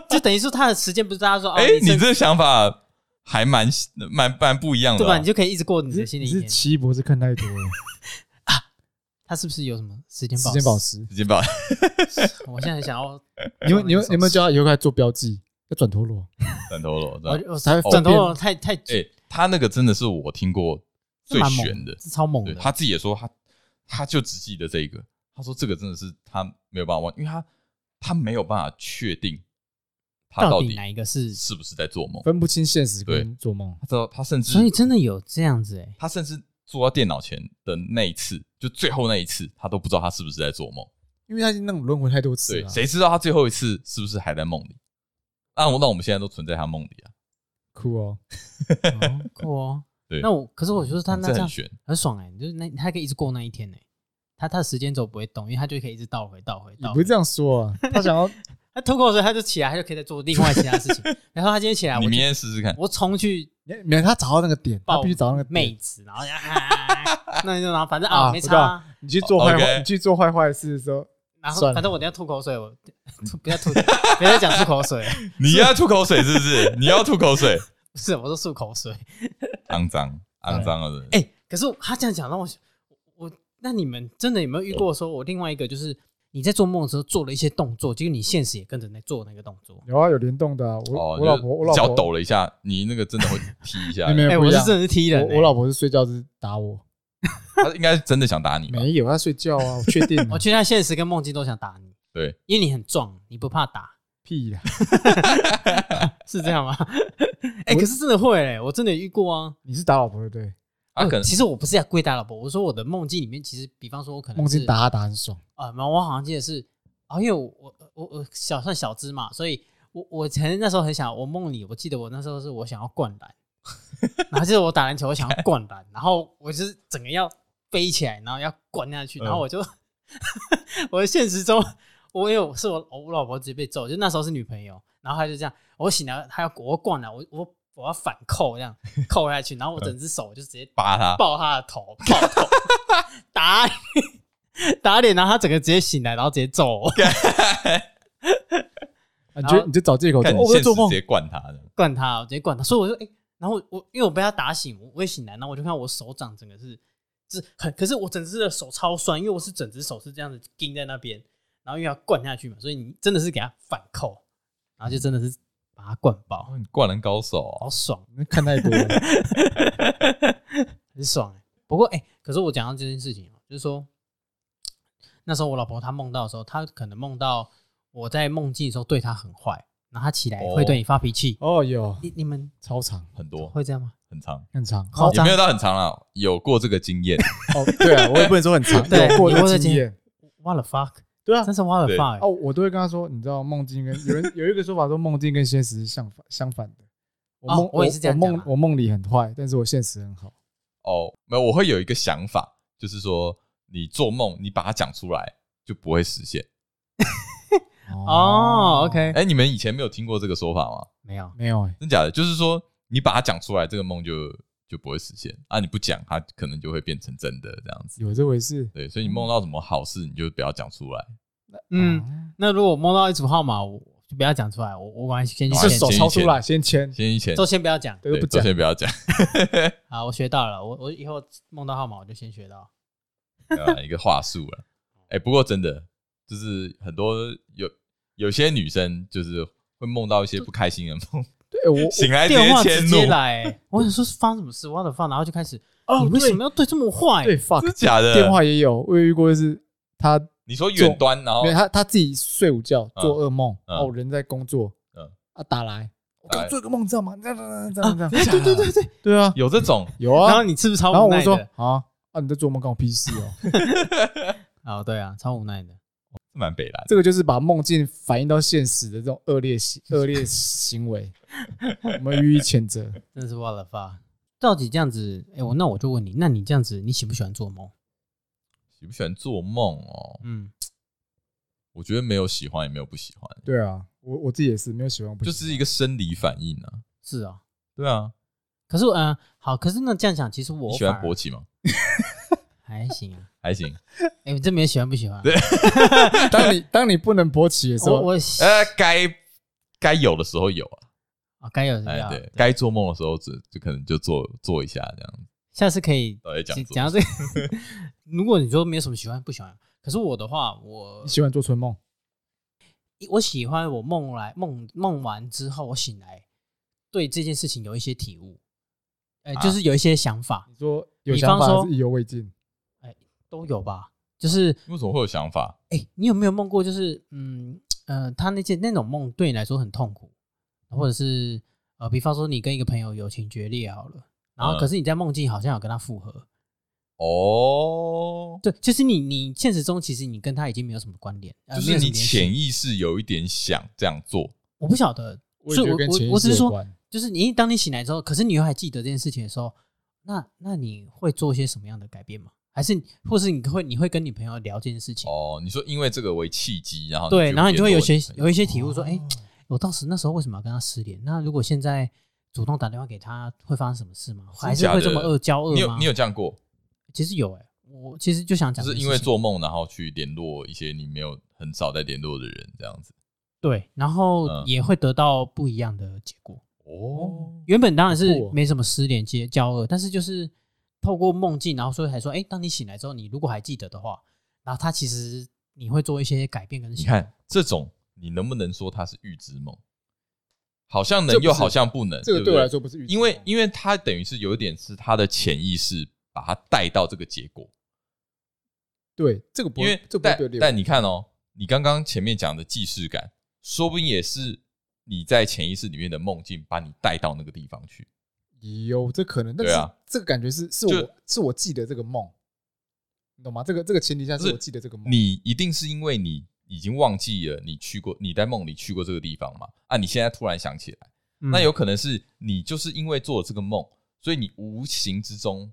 Speaker 2: 就等于说他的时间不是大家说哦，
Speaker 1: 哎、你
Speaker 2: 这
Speaker 1: 这个想法还蛮蛮蛮不一样的、
Speaker 2: 对
Speaker 1: 哦，
Speaker 2: 吧？你就可以一直过你
Speaker 3: 你
Speaker 2: 的
Speaker 3: 是
Speaker 2: 新的
Speaker 3: 你
Speaker 2: 一
Speaker 3: 是
Speaker 2: 天。
Speaker 3: 奇异博士看 太多了，
Speaker 2: 他是不是有什么时间
Speaker 3: 时
Speaker 2: 宝？
Speaker 3: 间宝，石，
Speaker 1: 直接把
Speaker 2: 我现在很想要
Speaker 3: 你 有你有你们教以后开始做标记，要转陀螺，
Speaker 1: 转头了，这
Speaker 2: 我
Speaker 1: 样。
Speaker 2: 我
Speaker 3: 才会
Speaker 2: 转头
Speaker 3: 变
Speaker 2: 了太太
Speaker 1: 哎、他那个真的是我听过最
Speaker 2: 蛮猛
Speaker 1: 悬的，
Speaker 2: 是超猛
Speaker 1: 对
Speaker 2: 的。
Speaker 1: 他自己也说他他就只记得这一个，他说这个真的是他没有办法忘，因为他他没有办法确定他
Speaker 2: 到
Speaker 1: 到
Speaker 2: 底
Speaker 1: 底
Speaker 2: 哪一个是？
Speaker 1: 是不是在做梦，
Speaker 3: 分不清现实
Speaker 1: 对
Speaker 3: 跟做梦。
Speaker 1: 他知道他甚至
Speaker 2: 所以真的有这样子哎、
Speaker 1: 他甚至坐到电脑前的那一次，就最后那一次，他都不知道他是不是在做梦。
Speaker 3: 因为他已经那种轮回太多次
Speaker 2: 啊
Speaker 1: 对，
Speaker 3: 了，啊
Speaker 1: 谁知道他最后一次是不是还在梦里？那我那我们现在都存在他梦里啊，
Speaker 3: 酷哦，
Speaker 2: 哦酷哦。
Speaker 1: 对嗯
Speaker 2: 那我可是我觉得他那
Speaker 1: 这
Speaker 2: 这样
Speaker 1: 很悬。
Speaker 2: 很爽哎、就是那他可以一直过那一天哎、他他的时间轴不会动，因为他就可以一直倒回倒回
Speaker 3: 也
Speaker 2: 倒
Speaker 3: 不
Speaker 2: 回。
Speaker 3: 是这样 说啊，他想要
Speaker 2: 他脱口水他就起来，他就可以再做另外其他 事情。然后他今天起来，我
Speaker 1: 你
Speaker 2: 就
Speaker 1: 明天试试看，
Speaker 2: 我冲去
Speaker 3: 免免得他找到那个点，他
Speaker 2: 抱
Speaker 3: 必须找到那个
Speaker 2: 妹
Speaker 3: 点。
Speaker 2: 子，然后就啊，那就然后反正啊
Speaker 3: 啊
Speaker 2: 没
Speaker 3: 我
Speaker 2: 差啊、
Speaker 3: 知你去做坏
Speaker 1: 哦 OK
Speaker 3: 坏，你去做坏坏事的时候，
Speaker 2: 然后
Speaker 3: 算了
Speaker 2: 反正我等一下吐口水，我 吐不要吐，不要再讲吐口水了，
Speaker 1: 你要吐口水是不是？你要吐口水，
Speaker 2: 不是我说漱口水。
Speaker 1: 肮脏，肮脏啊的人。
Speaker 2: 哎、可是他这样讲让我想，我那你们真的有没有遇过说，我另外一个就是你在做梦的时候做了一些动作，结果你现实也跟着在做那个动作？
Speaker 3: 有啊，有联动的啊。
Speaker 1: 哦
Speaker 3: 我，我老婆，我老
Speaker 1: 脚
Speaker 3: 婆
Speaker 1: 抖了一下，你那个真的会踢一下
Speaker 3: 没。
Speaker 2: 哎、
Speaker 3: 有不
Speaker 2: 我
Speaker 3: 一
Speaker 2: 是
Speaker 3: 样
Speaker 2: 真的是踢人、欸哦
Speaker 3: 我我老婆是睡觉是打我，
Speaker 1: 他应该是真的想打你吧？
Speaker 3: 没有，她睡觉啊，我 确定啊。
Speaker 2: 我觉得他现实跟梦境都想打你，
Speaker 1: 对，
Speaker 2: 因为你很壮，你不怕打，
Speaker 3: 屁啦，
Speaker 2: 是这样 吗？哎、
Speaker 3: 我
Speaker 2: 可是真的会、欸，我真的有遇过啊。
Speaker 3: 你是打老婆对不 对？
Speaker 1: 他
Speaker 2: 呃
Speaker 1: 可能
Speaker 2: 其实我不是要跪打老婆，我说我的梦境里面，其实比方说我可能
Speaker 3: 梦
Speaker 2: 是
Speaker 3: 境打她打很爽，
Speaker 2: 啊，然后我好像记得是啊，因为我我我我小算小资嘛，所以我我曾经那时候很想，我梦里我记得我那时候是我想要灌篮， 然后就是我打篮球，我想要灌篮，然后我就是整个要飞起来，然后要灌下去，然后我就、 我的现实中我有是我我老婆直接被揍，就那时候是女朋友，然后她就这样，我醒来她要我灌篮，我我我要反扣这样扣下去，然后我整只手就直接
Speaker 1: 扒他，
Speaker 2: 抱他的头，抱头 打打脸，然后他整个直接醒来，然后直接揍我，
Speaker 3: 啊你
Speaker 2: 然后
Speaker 3: 就你就找借口说
Speaker 1: 看
Speaker 3: 哦
Speaker 1: 你
Speaker 3: 我
Speaker 1: 现
Speaker 3: 在
Speaker 1: 实
Speaker 3: 做
Speaker 1: 直
Speaker 3: 梦，
Speaker 1: 接灌他的。
Speaker 2: 灌他，我直接灌他。所以我就哎、然后我我因为我被他打醒，我我也醒来，然后我就看我手掌整个是是很，可是我整只的手超酸，因为我是整只手是这样子钉在那边，然后又要灌下去嘛，所以你真的是给他反扣，然后就真的是把他灌爆，
Speaker 1: 哦你灌篮高手
Speaker 2: 好
Speaker 1: 哦，
Speaker 2: 爽。
Speaker 3: 你看太多了。
Speaker 2: 很爽、欸。不过哎、欸可是我讲到这件事情哦，就是说那时候我老婆她梦到的时候，她可能梦到我在梦境的时候对她很坏，然后她起来会对你发脾气。
Speaker 3: 哦，有
Speaker 2: 你你们
Speaker 3: 超长
Speaker 1: 很多
Speaker 2: 会这样吗？
Speaker 1: 很长，
Speaker 3: 很长
Speaker 2: 好
Speaker 1: 也没有到很长了，有过这个经验。
Speaker 3: 哦，对啊，我也不能说很长，
Speaker 2: 对
Speaker 3: 有过
Speaker 2: 有过
Speaker 3: 的
Speaker 2: 这经
Speaker 3: 经
Speaker 2: 验
Speaker 3: 验。
Speaker 2: What the fuck！
Speaker 3: 对啊
Speaker 2: 真，是 What the
Speaker 1: 对
Speaker 2: fuck！、欸
Speaker 3: 哦，我都会跟他说，你知道梦境跟有人 有一个说法说梦境跟现实是相反相反的。我
Speaker 2: 哦
Speaker 3: 梦
Speaker 2: 我也是这样
Speaker 3: 我
Speaker 2: 讲
Speaker 3: 梦
Speaker 2: 啊
Speaker 3: 我梦里很坏，但是我现实很好。
Speaker 1: 哦，没有，我会有一个想法，就是说你做梦，你把它讲出来就不会实现。
Speaker 2: 哦，OK
Speaker 1: 哎，你们以前没有听过这个说法吗？
Speaker 2: 没有
Speaker 3: 没有哎，
Speaker 1: 真假的？就是说你把它讲出来，这个梦就就就不会实现啊，你不讲它可能就会变成真的这样子。
Speaker 3: 有这回事。
Speaker 1: 对，所以你梦到什么好事，你就不要讲出来。
Speaker 2: 嗯，
Speaker 3: 啊，
Speaker 2: 那如果梦到一组号码，我就不要讲出来，我我赶快先去
Speaker 1: 你
Speaker 3: 是
Speaker 2: 签
Speaker 1: 是
Speaker 3: 手
Speaker 1: 手，
Speaker 3: 抄
Speaker 1: 抄
Speaker 3: 出
Speaker 1: 出
Speaker 3: 来
Speaker 1: 来
Speaker 3: 先签，
Speaker 1: 先一签，
Speaker 2: 都先不要讲。
Speaker 3: 对，
Speaker 1: 对，
Speaker 3: 都不
Speaker 1: 都
Speaker 3: 讲。
Speaker 1: 先不要 讲，
Speaker 2: 好，我学到了，我我以后梦到号码我就先学到。
Speaker 1: 对吧一个话术了。哎，不过真的就是很多有有些女生就是会梦到一些不开心的梦，
Speaker 3: 对，我
Speaker 1: 醒来直
Speaker 2: 电话
Speaker 1: 接迁
Speaker 2: 直
Speaker 1: 怒
Speaker 2: 接，来、欸我想说是发生什么事，我的放，然后就开始，
Speaker 3: 哦
Speaker 2: 你为什么要对这么坏？
Speaker 3: 对 fuck
Speaker 1: 真的假的？
Speaker 3: 电话也有，我有遇过，就是他
Speaker 1: 你说远端，然后
Speaker 3: 因为他他自己睡午觉
Speaker 1: 嗯
Speaker 3: 做噩梦，
Speaker 1: 嗯
Speaker 3: 哦，人在工作，
Speaker 1: 嗯
Speaker 3: 啊打来，我
Speaker 1: 打来
Speaker 3: 刚做一个梦，知道吗？这样这样这样这样这
Speaker 2: 哎
Speaker 3: 样，
Speaker 2: 对对对对，
Speaker 3: 对啊，
Speaker 1: 有这种
Speaker 3: 有
Speaker 2: 哦然后
Speaker 3: 啊，
Speaker 2: 你是不是超
Speaker 3: 然后
Speaker 2: 无
Speaker 3: 我
Speaker 2: 奈
Speaker 3: 就说
Speaker 2: 的？
Speaker 3: 啊啊你在做梦，关我屁事哦。
Speaker 2: 哦，对啊，超无奈的。
Speaker 1: 蛮北蓝，
Speaker 3: 这个就是把梦境反映到现实的这种恶劣行恶劣行为，我们予以谴责。
Speaker 2: 真的是 what the fuck？到底这样子，哎、我那我就问你，那你这样子，你喜不喜欢做梦？
Speaker 1: 喜不喜欢做梦哦？
Speaker 2: 嗯，
Speaker 1: 我觉得没有喜欢，也没有不喜欢，
Speaker 3: 对啊，我我自己也是没有喜欢，不
Speaker 1: 就
Speaker 3: 喜欢
Speaker 1: 是一个生理反应啊。
Speaker 2: 是哦。
Speaker 1: 对啊，
Speaker 2: 可是，嗯、好，可是那这样讲，其实我
Speaker 1: 你喜
Speaker 2: 反
Speaker 1: 欢
Speaker 2: 而
Speaker 1: 勃起吗？
Speaker 2: 还行啊。
Speaker 1: 还行。
Speaker 2: 哎、我真没有喜欢不喜 欢啊。
Speaker 3: 当 你当你不能勃起的时
Speaker 2: 我哎
Speaker 3: 候，
Speaker 2: 我
Speaker 1: 呃，该该有的时候有啊，
Speaker 2: 啊，该有的
Speaker 1: 哎，
Speaker 2: 要。
Speaker 1: 对，该做梦的时候，就就可能就做做一下这样子。
Speaker 2: 下次可以
Speaker 1: 到底讲
Speaker 2: 哦讲
Speaker 1: 做
Speaker 2: 讲到这个。 如果你说没有什么喜欢不喜欢，可是我的话，我
Speaker 3: 你喜欢做春梦，
Speaker 2: 我喜欢我梦来梦梦完之后，我醒来对这件事情有一些体悟，哎、
Speaker 1: 啊
Speaker 2: 就是有一些想法，
Speaker 3: 你说有
Speaker 2: 比
Speaker 3: 想
Speaker 2: 方
Speaker 3: 法
Speaker 2: 说
Speaker 3: 还是意犹未尽？
Speaker 2: 都有吧。就是
Speaker 1: 为什么会有想法？
Speaker 2: 哎、你有没有梦过？就是嗯呃，他那件那种梦对你来说很痛苦，或者是呃，比方说你跟一个朋友友情决裂好了，然后
Speaker 1: 嗯
Speaker 2: 可是你在梦境好像有跟他复合，
Speaker 1: 哦，
Speaker 2: 对，就是你你现实中其实你跟他已经没有什么关联，呃、
Speaker 1: 就
Speaker 2: 没
Speaker 1: 是
Speaker 2: 有什
Speaker 1: 你
Speaker 2: 么联系
Speaker 1: 潜意识有一点想这样做，
Speaker 2: 我不晓得，
Speaker 3: 也
Speaker 2: 所
Speaker 3: 觉
Speaker 2: 以
Speaker 3: 得
Speaker 2: 我
Speaker 3: 跟潜
Speaker 2: 我
Speaker 3: 意
Speaker 2: 我只
Speaker 3: 识
Speaker 2: 是
Speaker 3: 有
Speaker 2: 说，
Speaker 3: 关。哦
Speaker 2: 就是你当你醒来之后，可是你又还记得这件事情的时候，那那你会做一些什么样的改变吗？还是或是你会你会跟你朋友聊这件事情？
Speaker 1: 哦，你说因为这个为契机，然后
Speaker 2: 对，然后你就会有些
Speaker 1: 变多了
Speaker 2: 有一些体悟，说，哎、
Speaker 3: 哦
Speaker 2: 我当时那时候为什么要跟他失联？那如果现在主动打电话给他，会发生什么事吗？还是
Speaker 1: 假的
Speaker 2: 会这么恶交恶
Speaker 1: 你有
Speaker 2: 吗？
Speaker 1: 你有这样过，
Speaker 2: 其实有哎、我其实就想
Speaker 1: 就
Speaker 2: 讲这
Speaker 1: 是
Speaker 2: 件事情，
Speaker 1: 因为做梦，然后去联络一些你没有很少在联络的人这样子。
Speaker 2: 对，然后
Speaker 1: 嗯
Speaker 2: 也会得到不一样的结果。
Speaker 1: 哦，
Speaker 2: 原本当然
Speaker 3: 好
Speaker 2: 是
Speaker 3: 酷哦
Speaker 2: 没什么失联接交恶，但是就是透过梦境，然后所以才说，哎、当你醒来之后，你如果还记得的话，然后他其实你会做一些改变跟
Speaker 1: 你
Speaker 2: 行动
Speaker 1: 看这种，你能不能说它是预知梦？好像
Speaker 3: 这
Speaker 1: 能，
Speaker 3: 不是
Speaker 1: 又好像不能。
Speaker 3: 这个
Speaker 1: 不
Speaker 3: 对我来，说不是预期
Speaker 1: 因为因为它等于是有一点是他的潜意识把它带到这个结果，
Speaker 3: 对这个不
Speaker 1: 因
Speaker 3: 会
Speaker 1: 为
Speaker 3: 这不会
Speaker 1: 但
Speaker 3: 对立
Speaker 1: 但你看哦，你刚刚前面讲的既视感，说不定也是你在潜意识里面的梦境把你带到那个地方去。
Speaker 3: 有这可能，但是
Speaker 1: 对啊
Speaker 3: 这个感觉是是
Speaker 1: 就
Speaker 3: 我是我记得这个梦，你懂吗？这个这个前提下
Speaker 1: 不
Speaker 3: 是
Speaker 1: 是
Speaker 3: 我记得这个梦，
Speaker 1: 你一定是因为你已经忘记了你去过，你在梦里去过这个地方嘛？啊，你现在突然想起来。
Speaker 2: 嗯
Speaker 1: 那有可能是你就是因为做了这个梦，所以你无形之中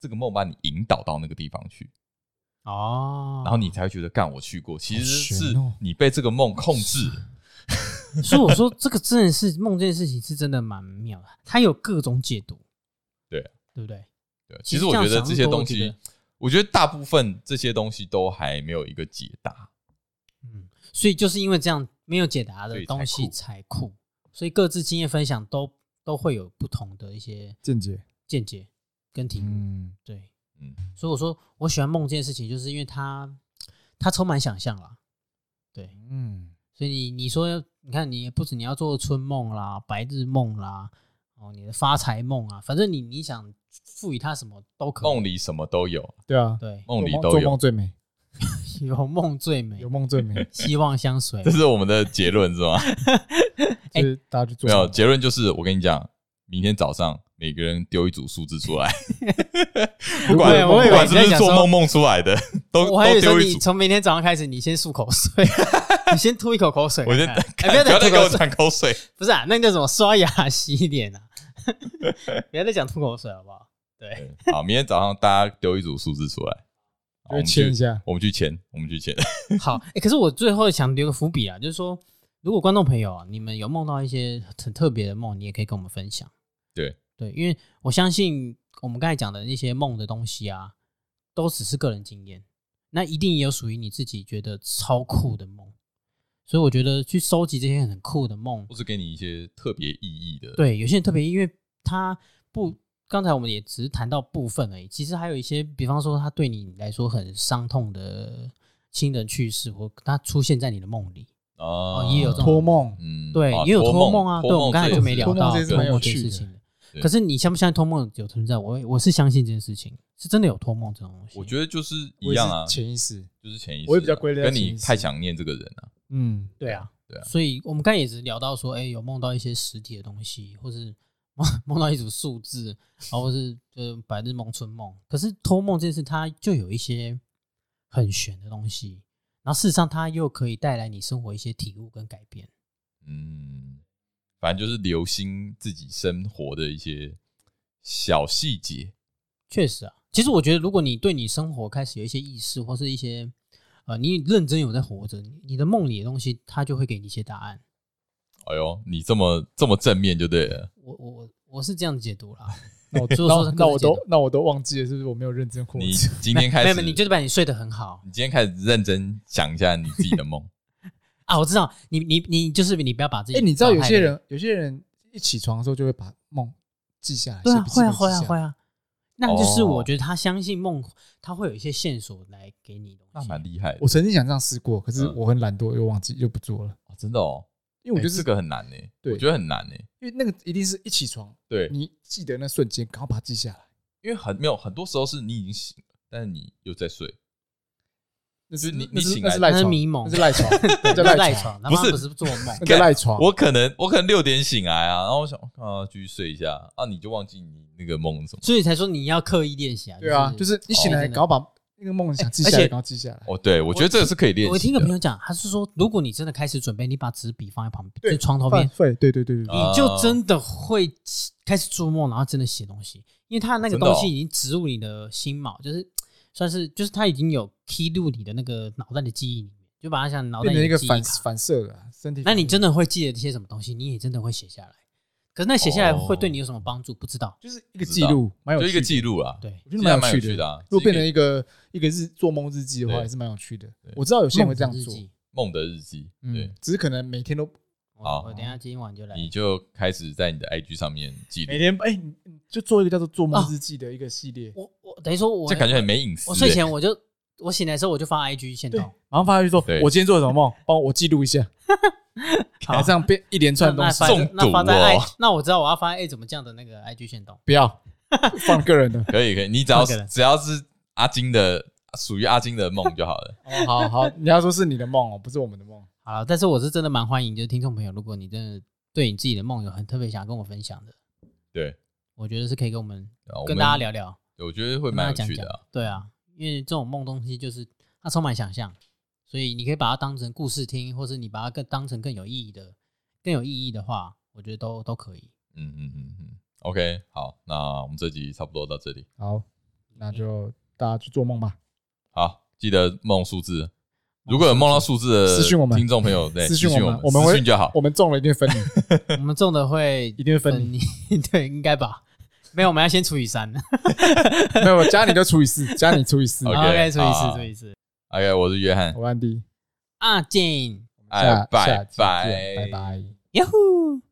Speaker 1: 这个梦把你引导到那个地方去，
Speaker 2: 哦，
Speaker 1: 然后 你才会觉得干我去过，其实
Speaker 3: 好
Speaker 1: 是
Speaker 3: 悬哦
Speaker 1: 你被这个梦控制了。
Speaker 2: 所以我说，这个真的是梦这件事情是真的蛮妙的，它有各种解读，
Speaker 1: 对
Speaker 2: 对不对？
Speaker 1: 对，其实我觉得这些东
Speaker 2: 其实这样想一
Speaker 1: 西
Speaker 2: 多，
Speaker 1: 我觉得大部分这些东西都还没有一个解答。
Speaker 2: 嗯，所以就是因为这样没有解答
Speaker 1: 所
Speaker 2: 的
Speaker 1: 以才
Speaker 2: 东西
Speaker 1: 酷
Speaker 2: 才酷，所以各自经验分享都都会有不同的一些
Speaker 3: 见解，
Speaker 2: 见解跟体悟。
Speaker 3: 嗯，
Speaker 2: 对，
Speaker 1: 嗯，
Speaker 2: 所以我说我喜欢梦这件事情，就是因为它它充满想象啦。对，
Speaker 3: 嗯，
Speaker 2: 所以你你说，你看你不止你要做春梦啦、白日梦啦，哦，你的发财梦啊，反正你你想赋予它什么都可以。
Speaker 1: 梦里什么都有，
Speaker 3: 对啊，
Speaker 2: 对，
Speaker 1: 梦里
Speaker 3: 做
Speaker 1: 都
Speaker 3: 梦
Speaker 1: 有，
Speaker 3: 最美，
Speaker 2: 有梦最美
Speaker 3: 有，梦最 美，
Speaker 2: 希望相随
Speaker 1: 这。是我们的结论是吗？
Speaker 3: 就
Speaker 2: 哎
Speaker 3: 是大家去做
Speaker 1: 没有，
Speaker 3: 梦。
Speaker 1: 结论就是我跟你讲，明天早上每个人丢一组数字 出来，不管
Speaker 2: 对
Speaker 1: 不
Speaker 2: 我以为
Speaker 1: 管是不
Speaker 2: 你
Speaker 1: 是
Speaker 2: 在
Speaker 1: 做
Speaker 2: 想说
Speaker 1: 梦梦出来的，都
Speaker 2: 我还以
Speaker 1: 都
Speaker 2: 为说
Speaker 1: 丢一
Speaker 2: 你
Speaker 1: 组。
Speaker 2: 从明天早上开始，你先漱口 水，你先吐一口口水
Speaker 1: 我
Speaker 2: 看
Speaker 1: 先
Speaker 2: 看。
Speaker 1: 看
Speaker 2: 哎，
Speaker 1: 不要再
Speaker 2: 吐
Speaker 1: 给我
Speaker 2: 口水，
Speaker 1: 喘口水。
Speaker 2: 不是啊，那叫什么刷牙洗脸啊？ 不要再讲吐口水好不好？对，
Speaker 1: 好，明天早上大家丢一组数字出来，好
Speaker 3: 就
Speaker 1: 我们
Speaker 3: 签一
Speaker 1: 去，
Speaker 3: 下，
Speaker 1: 我们去签，我们去签。
Speaker 2: 好。哎、可是我最后想留个伏笔啊，就是说，如果观众朋友啊，你们有梦到一些很特别的梦，你也可以跟我们分享。
Speaker 1: 对
Speaker 2: 对，因为我相信我们刚才讲的那些梦的东西啊，都只是个人经验，那一定也有属于你自己觉得超酷的梦。所以我觉得去收集这些很酷的梦
Speaker 1: 或，是给你一些特别意义的。，
Speaker 2: 对，有些人特别，因为他不，刚才我们也只是谈到部分而已，其实还有一些，比方说他对你来说很伤痛的亲人去世，或他出现在你的梦里，
Speaker 1: 哦
Speaker 2: 也有这种
Speaker 3: 托梦，
Speaker 1: 嗯，
Speaker 2: 对，
Speaker 1: 啊
Speaker 2: 也有
Speaker 1: 托
Speaker 2: 托梦啊，对，我们刚才就没聊
Speaker 3: 托梦
Speaker 2: 到
Speaker 3: 这件事蛮有
Speaker 2: 这件
Speaker 3: 趣
Speaker 2: 事
Speaker 3: 的
Speaker 2: 情的
Speaker 1: 对
Speaker 2: 可是你相不相信托梦有存在？我我是相信这件事情，是真的有托梦这种东西。
Speaker 1: 我觉得就是一
Speaker 3: 我也
Speaker 1: 样
Speaker 3: 是
Speaker 1: 啊，
Speaker 3: 潜意识，
Speaker 1: 就是潜意识啊，
Speaker 3: 我也比较归类在
Speaker 1: 跟你
Speaker 3: 潜意识
Speaker 1: 太想念这个人啊，
Speaker 3: 嗯，
Speaker 2: 对啊，
Speaker 1: 对啊
Speaker 2: 所以我们刚才也只聊到说，哎、有梦到一些实体的东西，或是 梦梦到一组数字，然后或是就是白日梦、春梦。可是托梦这件事，它就有一些很玄的东西，然后事实上它又可以带来你生活一些体悟跟改变。
Speaker 1: 嗯，反正就是留心自己生活的一些小细节。
Speaker 2: 确实啊，其实我觉得，如果你对你生活开始有一些意识，或是一些呃，你认真有在活着，你你的梦里的东西，它就会给你一些答案。
Speaker 1: 哎呦，你这么这么正面就对了，
Speaker 2: 我我我我是这样解读啦。
Speaker 3: 那我
Speaker 2: 就是
Speaker 3: 那
Speaker 2: 说
Speaker 3: 我
Speaker 2: 是个
Speaker 3: 那我
Speaker 2: 人解
Speaker 3: 都
Speaker 2: 读
Speaker 3: 那我都忘记了，是不是我没有认真活着
Speaker 1: 你？今天开
Speaker 2: 没有
Speaker 1: 始，
Speaker 2: 没有，你就是把你睡得很好
Speaker 1: 你今天开始认真想一下你自己的 梦。
Speaker 2: 啊！我知道，你你你就是你不要把自己。
Speaker 3: 哎，你知道有些人有些人一起床的时候就会把梦记下来，
Speaker 2: 对啊，
Speaker 3: 写笔记
Speaker 2: 会啊，会啊，
Speaker 3: 本记下来
Speaker 2: 会啊。那就是
Speaker 1: 哦
Speaker 2: 我觉得他相信梦，他会有一些线索来给你东
Speaker 1: 那
Speaker 2: 西。
Speaker 1: 蛮厉害的，
Speaker 3: 我曾经想这样试过，可是
Speaker 1: 嗯
Speaker 3: 我很懒惰，又忘记又不做了，
Speaker 1: 哦真的哦。
Speaker 3: 因为我
Speaker 1: 哎
Speaker 3: 就是
Speaker 1: 这个很难呢，
Speaker 3: 对
Speaker 1: 我觉得很难呢。
Speaker 3: 因为那个一定是一起床，
Speaker 1: 对，
Speaker 3: 你记得那瞬间，赶快把它记下来。
Speaker 1: 因为很没有很多时候是你已经醒了，但是你又在睡，
Speaker 3: 那
Speaker 1: 就是是你
Speaker 3: 那
Speaker 1: 你
Speaker 3: 是
Speaker 1: 醒
Speaker 3: 那
Speaker 1: 来
Speaker 3: 是赖
Speaker 2: 那是
Speaker 3: 床，
Speaker 2: 迷蒙
Speaker 3: 那是赖 床，那叫
Speaker 2: 那是
Speaker 3: 赖床，
Speaker 2: 床，他
Speaker 1: 不
Speaker 2: 妈
Speaker 1: 是
Speaker 2: 不是做梦
Speaker 3: 那。叫赖床。
Speaker 1: 我可能我可能六点醒来啊，然后我想啊继续睡一下啊，你就忘记你那个梦是什么。
Speaker 2: 所以才说你要刻意练习啊。
Speaker 3: 对啊，就是你醒
Speaker 2: 哦真
Speaker 3: 来，
Speaker 2: 的哎
Speaker 3: 赶快把那个梦想记下
Speaker 2: 而
Speaker 3: 来，
Speaker 2: 且
Speaker 3: 赶快记下来。
Speaker 1: 哦，对，我觉得这个是可以练
Speaker 2: 我
Speaker 1: 习
Speaker 2: 听个朋
Speaker 1: 的。
Speaker 2: 友讲，他是说，如果你真的开始准备，你把纸笔放在旁边，
Speaker 3: 对
Speaker 2: 就床头
Speaker 3: 犯
Speaker 2: 边，
Speaker 3: 废，对对对对对，
Speaker 1: 啊
Speaker 2: 你就真的会开始做梦，然后真的写东西，因为他那个
Speaker 3: 哦
Speaker 2: 东西已经植入你的心锚，就是算是就是他已经有 key 入你的那个脑袋的记忆里面，就把它像脑袋
Speaker 3: 变成
Speaker 2: 里
Speaker 3: 一个
Speaker 2: 的记忆
Speaker 3: 反
Speaker 2: 卡。
Speaker 3: 反射了，身体反应。
Speaker 2: 那你真的会记得这些什么东西，你也真的会写下来。可是那写下来会对你有
Speaker 3: 哦
Speaker 2: 什么帮助？不知道。
Speaker 3: 就是一个记录，蛮有
Speaker 1: 就一
Speaker 3: 趣
Speaker 1: 个
Speaker 3: 的，
Speaker 1: 记录啊，
Speaker 2: 对
Speaker 3: 我觉得蛮
Speaker 1: 蛮有
Speaker 3: 有
Speaker 1: 趣的啊
Speaker 3: 如果变成
Speaker 1: 是
Speaker 3: 一个一个日做梦日记的话，
Speaker 1: 对
Speaker 3: 也是蛮有趣的
Speaker 1: 对。
Speaker 3: 我知道有些人会这样
Speaker 2: 梦
Speaker 3: 做
Speaker 2: 日，记
Speaker 1: 梦的日记，对
Speaker 3: 嗯，，只是可能每天都
Speaker 2: 我
Speaker 3: 哦
Speaker 1: 好
Speaker 2: 我等一下今晚就来。
Speaker 1: 你就开始在你的 IG 上面记录
Speaker 3: 每，天哎，你你就做一个叫做做梦日记的一个系列，
Speaker 2: 哦我我等于说我
Speaker 1: 这感觉很没隐私
Speaker 2: 我
Speaker 1: 欸。
Speaker 2: 睡前我就我醒来的时候我就发 IG 线
Speaker 3: 对
Speaker 2: 动，，
Speaker 3: 马上发下去说
Speaker 1: 哦对，
Speaker 3: 我今天做了什么梦，帮我记录 一下，然后这样变一连串的
Speaker 2: 那
Speaker 3: 东西
Speaker 2: 发，
Speaker 1: 中
Speaker 2: 那发
Speaker 1: 毒
Speaker 2: 在
Speaker 1: 哦
Speaker 2: I，那我知道我要发 A 怎么降的那个 IG 线动。
Speaker 3: 不要放 个人的。
Speaker 1: 可以可以，你只要
Speaker 2: 那个人
Speaker 1: 只要是阿金的属于阿金的梦就好了。
Speaker 3: 哦，好好，你要说是你的梦哦，不是我们的梦。
Speaker 2: 好了，但是我是真的蛮欢迎，就是听众朋友，如果你真的对你自己的梦有很特别想要跟我分享的，
Speaker 1: 对，
Speaker 2: 我觉得是可以跟我们
Speaker 1: 然后我
Speaker 2: 跟
Speaker 1: 们
Speaker 2: 大家聊聊，
Speaker 1: 对，我觉得会
Speaker 2: 跟大
Speaker 1: 蛮
Speaker 2: 家讲
Speaker 1: 有趣
Speaker 2: 讲
Speaker 1: 的啊。。
Speaker 2: 对啊，因为这种梦东西就是它充满想象，所以你可以把它当成故事听，或是你把它更当成更有意义的、更有意义的话，我觉得都都可以。
Speaker 1: 嗯嗯嗯嗯，OK，好，那我们这集差不多到这里。
Speaker 3: 好，那就大家去做梦吧。
Speaker 1: 好，记得梦数字。如果有梦到数字的
Speaker 3: 私讯我们
Speaker 1: 听众朋友，对，
Speaker 3: 私讯我们
Speaker 1: 我
Speaker 3: 我们
Speaker 1: 私
Speaker 3: 会
Speaker 1: 讯就好
Speaker 3: 我。们中了一定分你，
Speaker 2: 我们中的会
Speaker 3: 一定 分你。
Speaker 2: 分你， 对，应该吧？没有，我们要先除以三。
Speaker 3: 没有，加你就除以四，加你除以 四。
Speaker 1: OK，
Speaker 2: 好，OK，除以
Speaker 1: 好啊
Speaker 2: 四，除以四。
Speaker 1: OK，我是约翰，
Speaker 3: 我安迪，
Speaker 2: 啊，进，
Speaker 1: 哎，
Speaker 3: 下
Speaker 1: 拜
Speaker 3: 下集
Speaker 1: 拜
Speaker 3: 见，拜拜。
Speaker 2: 呀呼！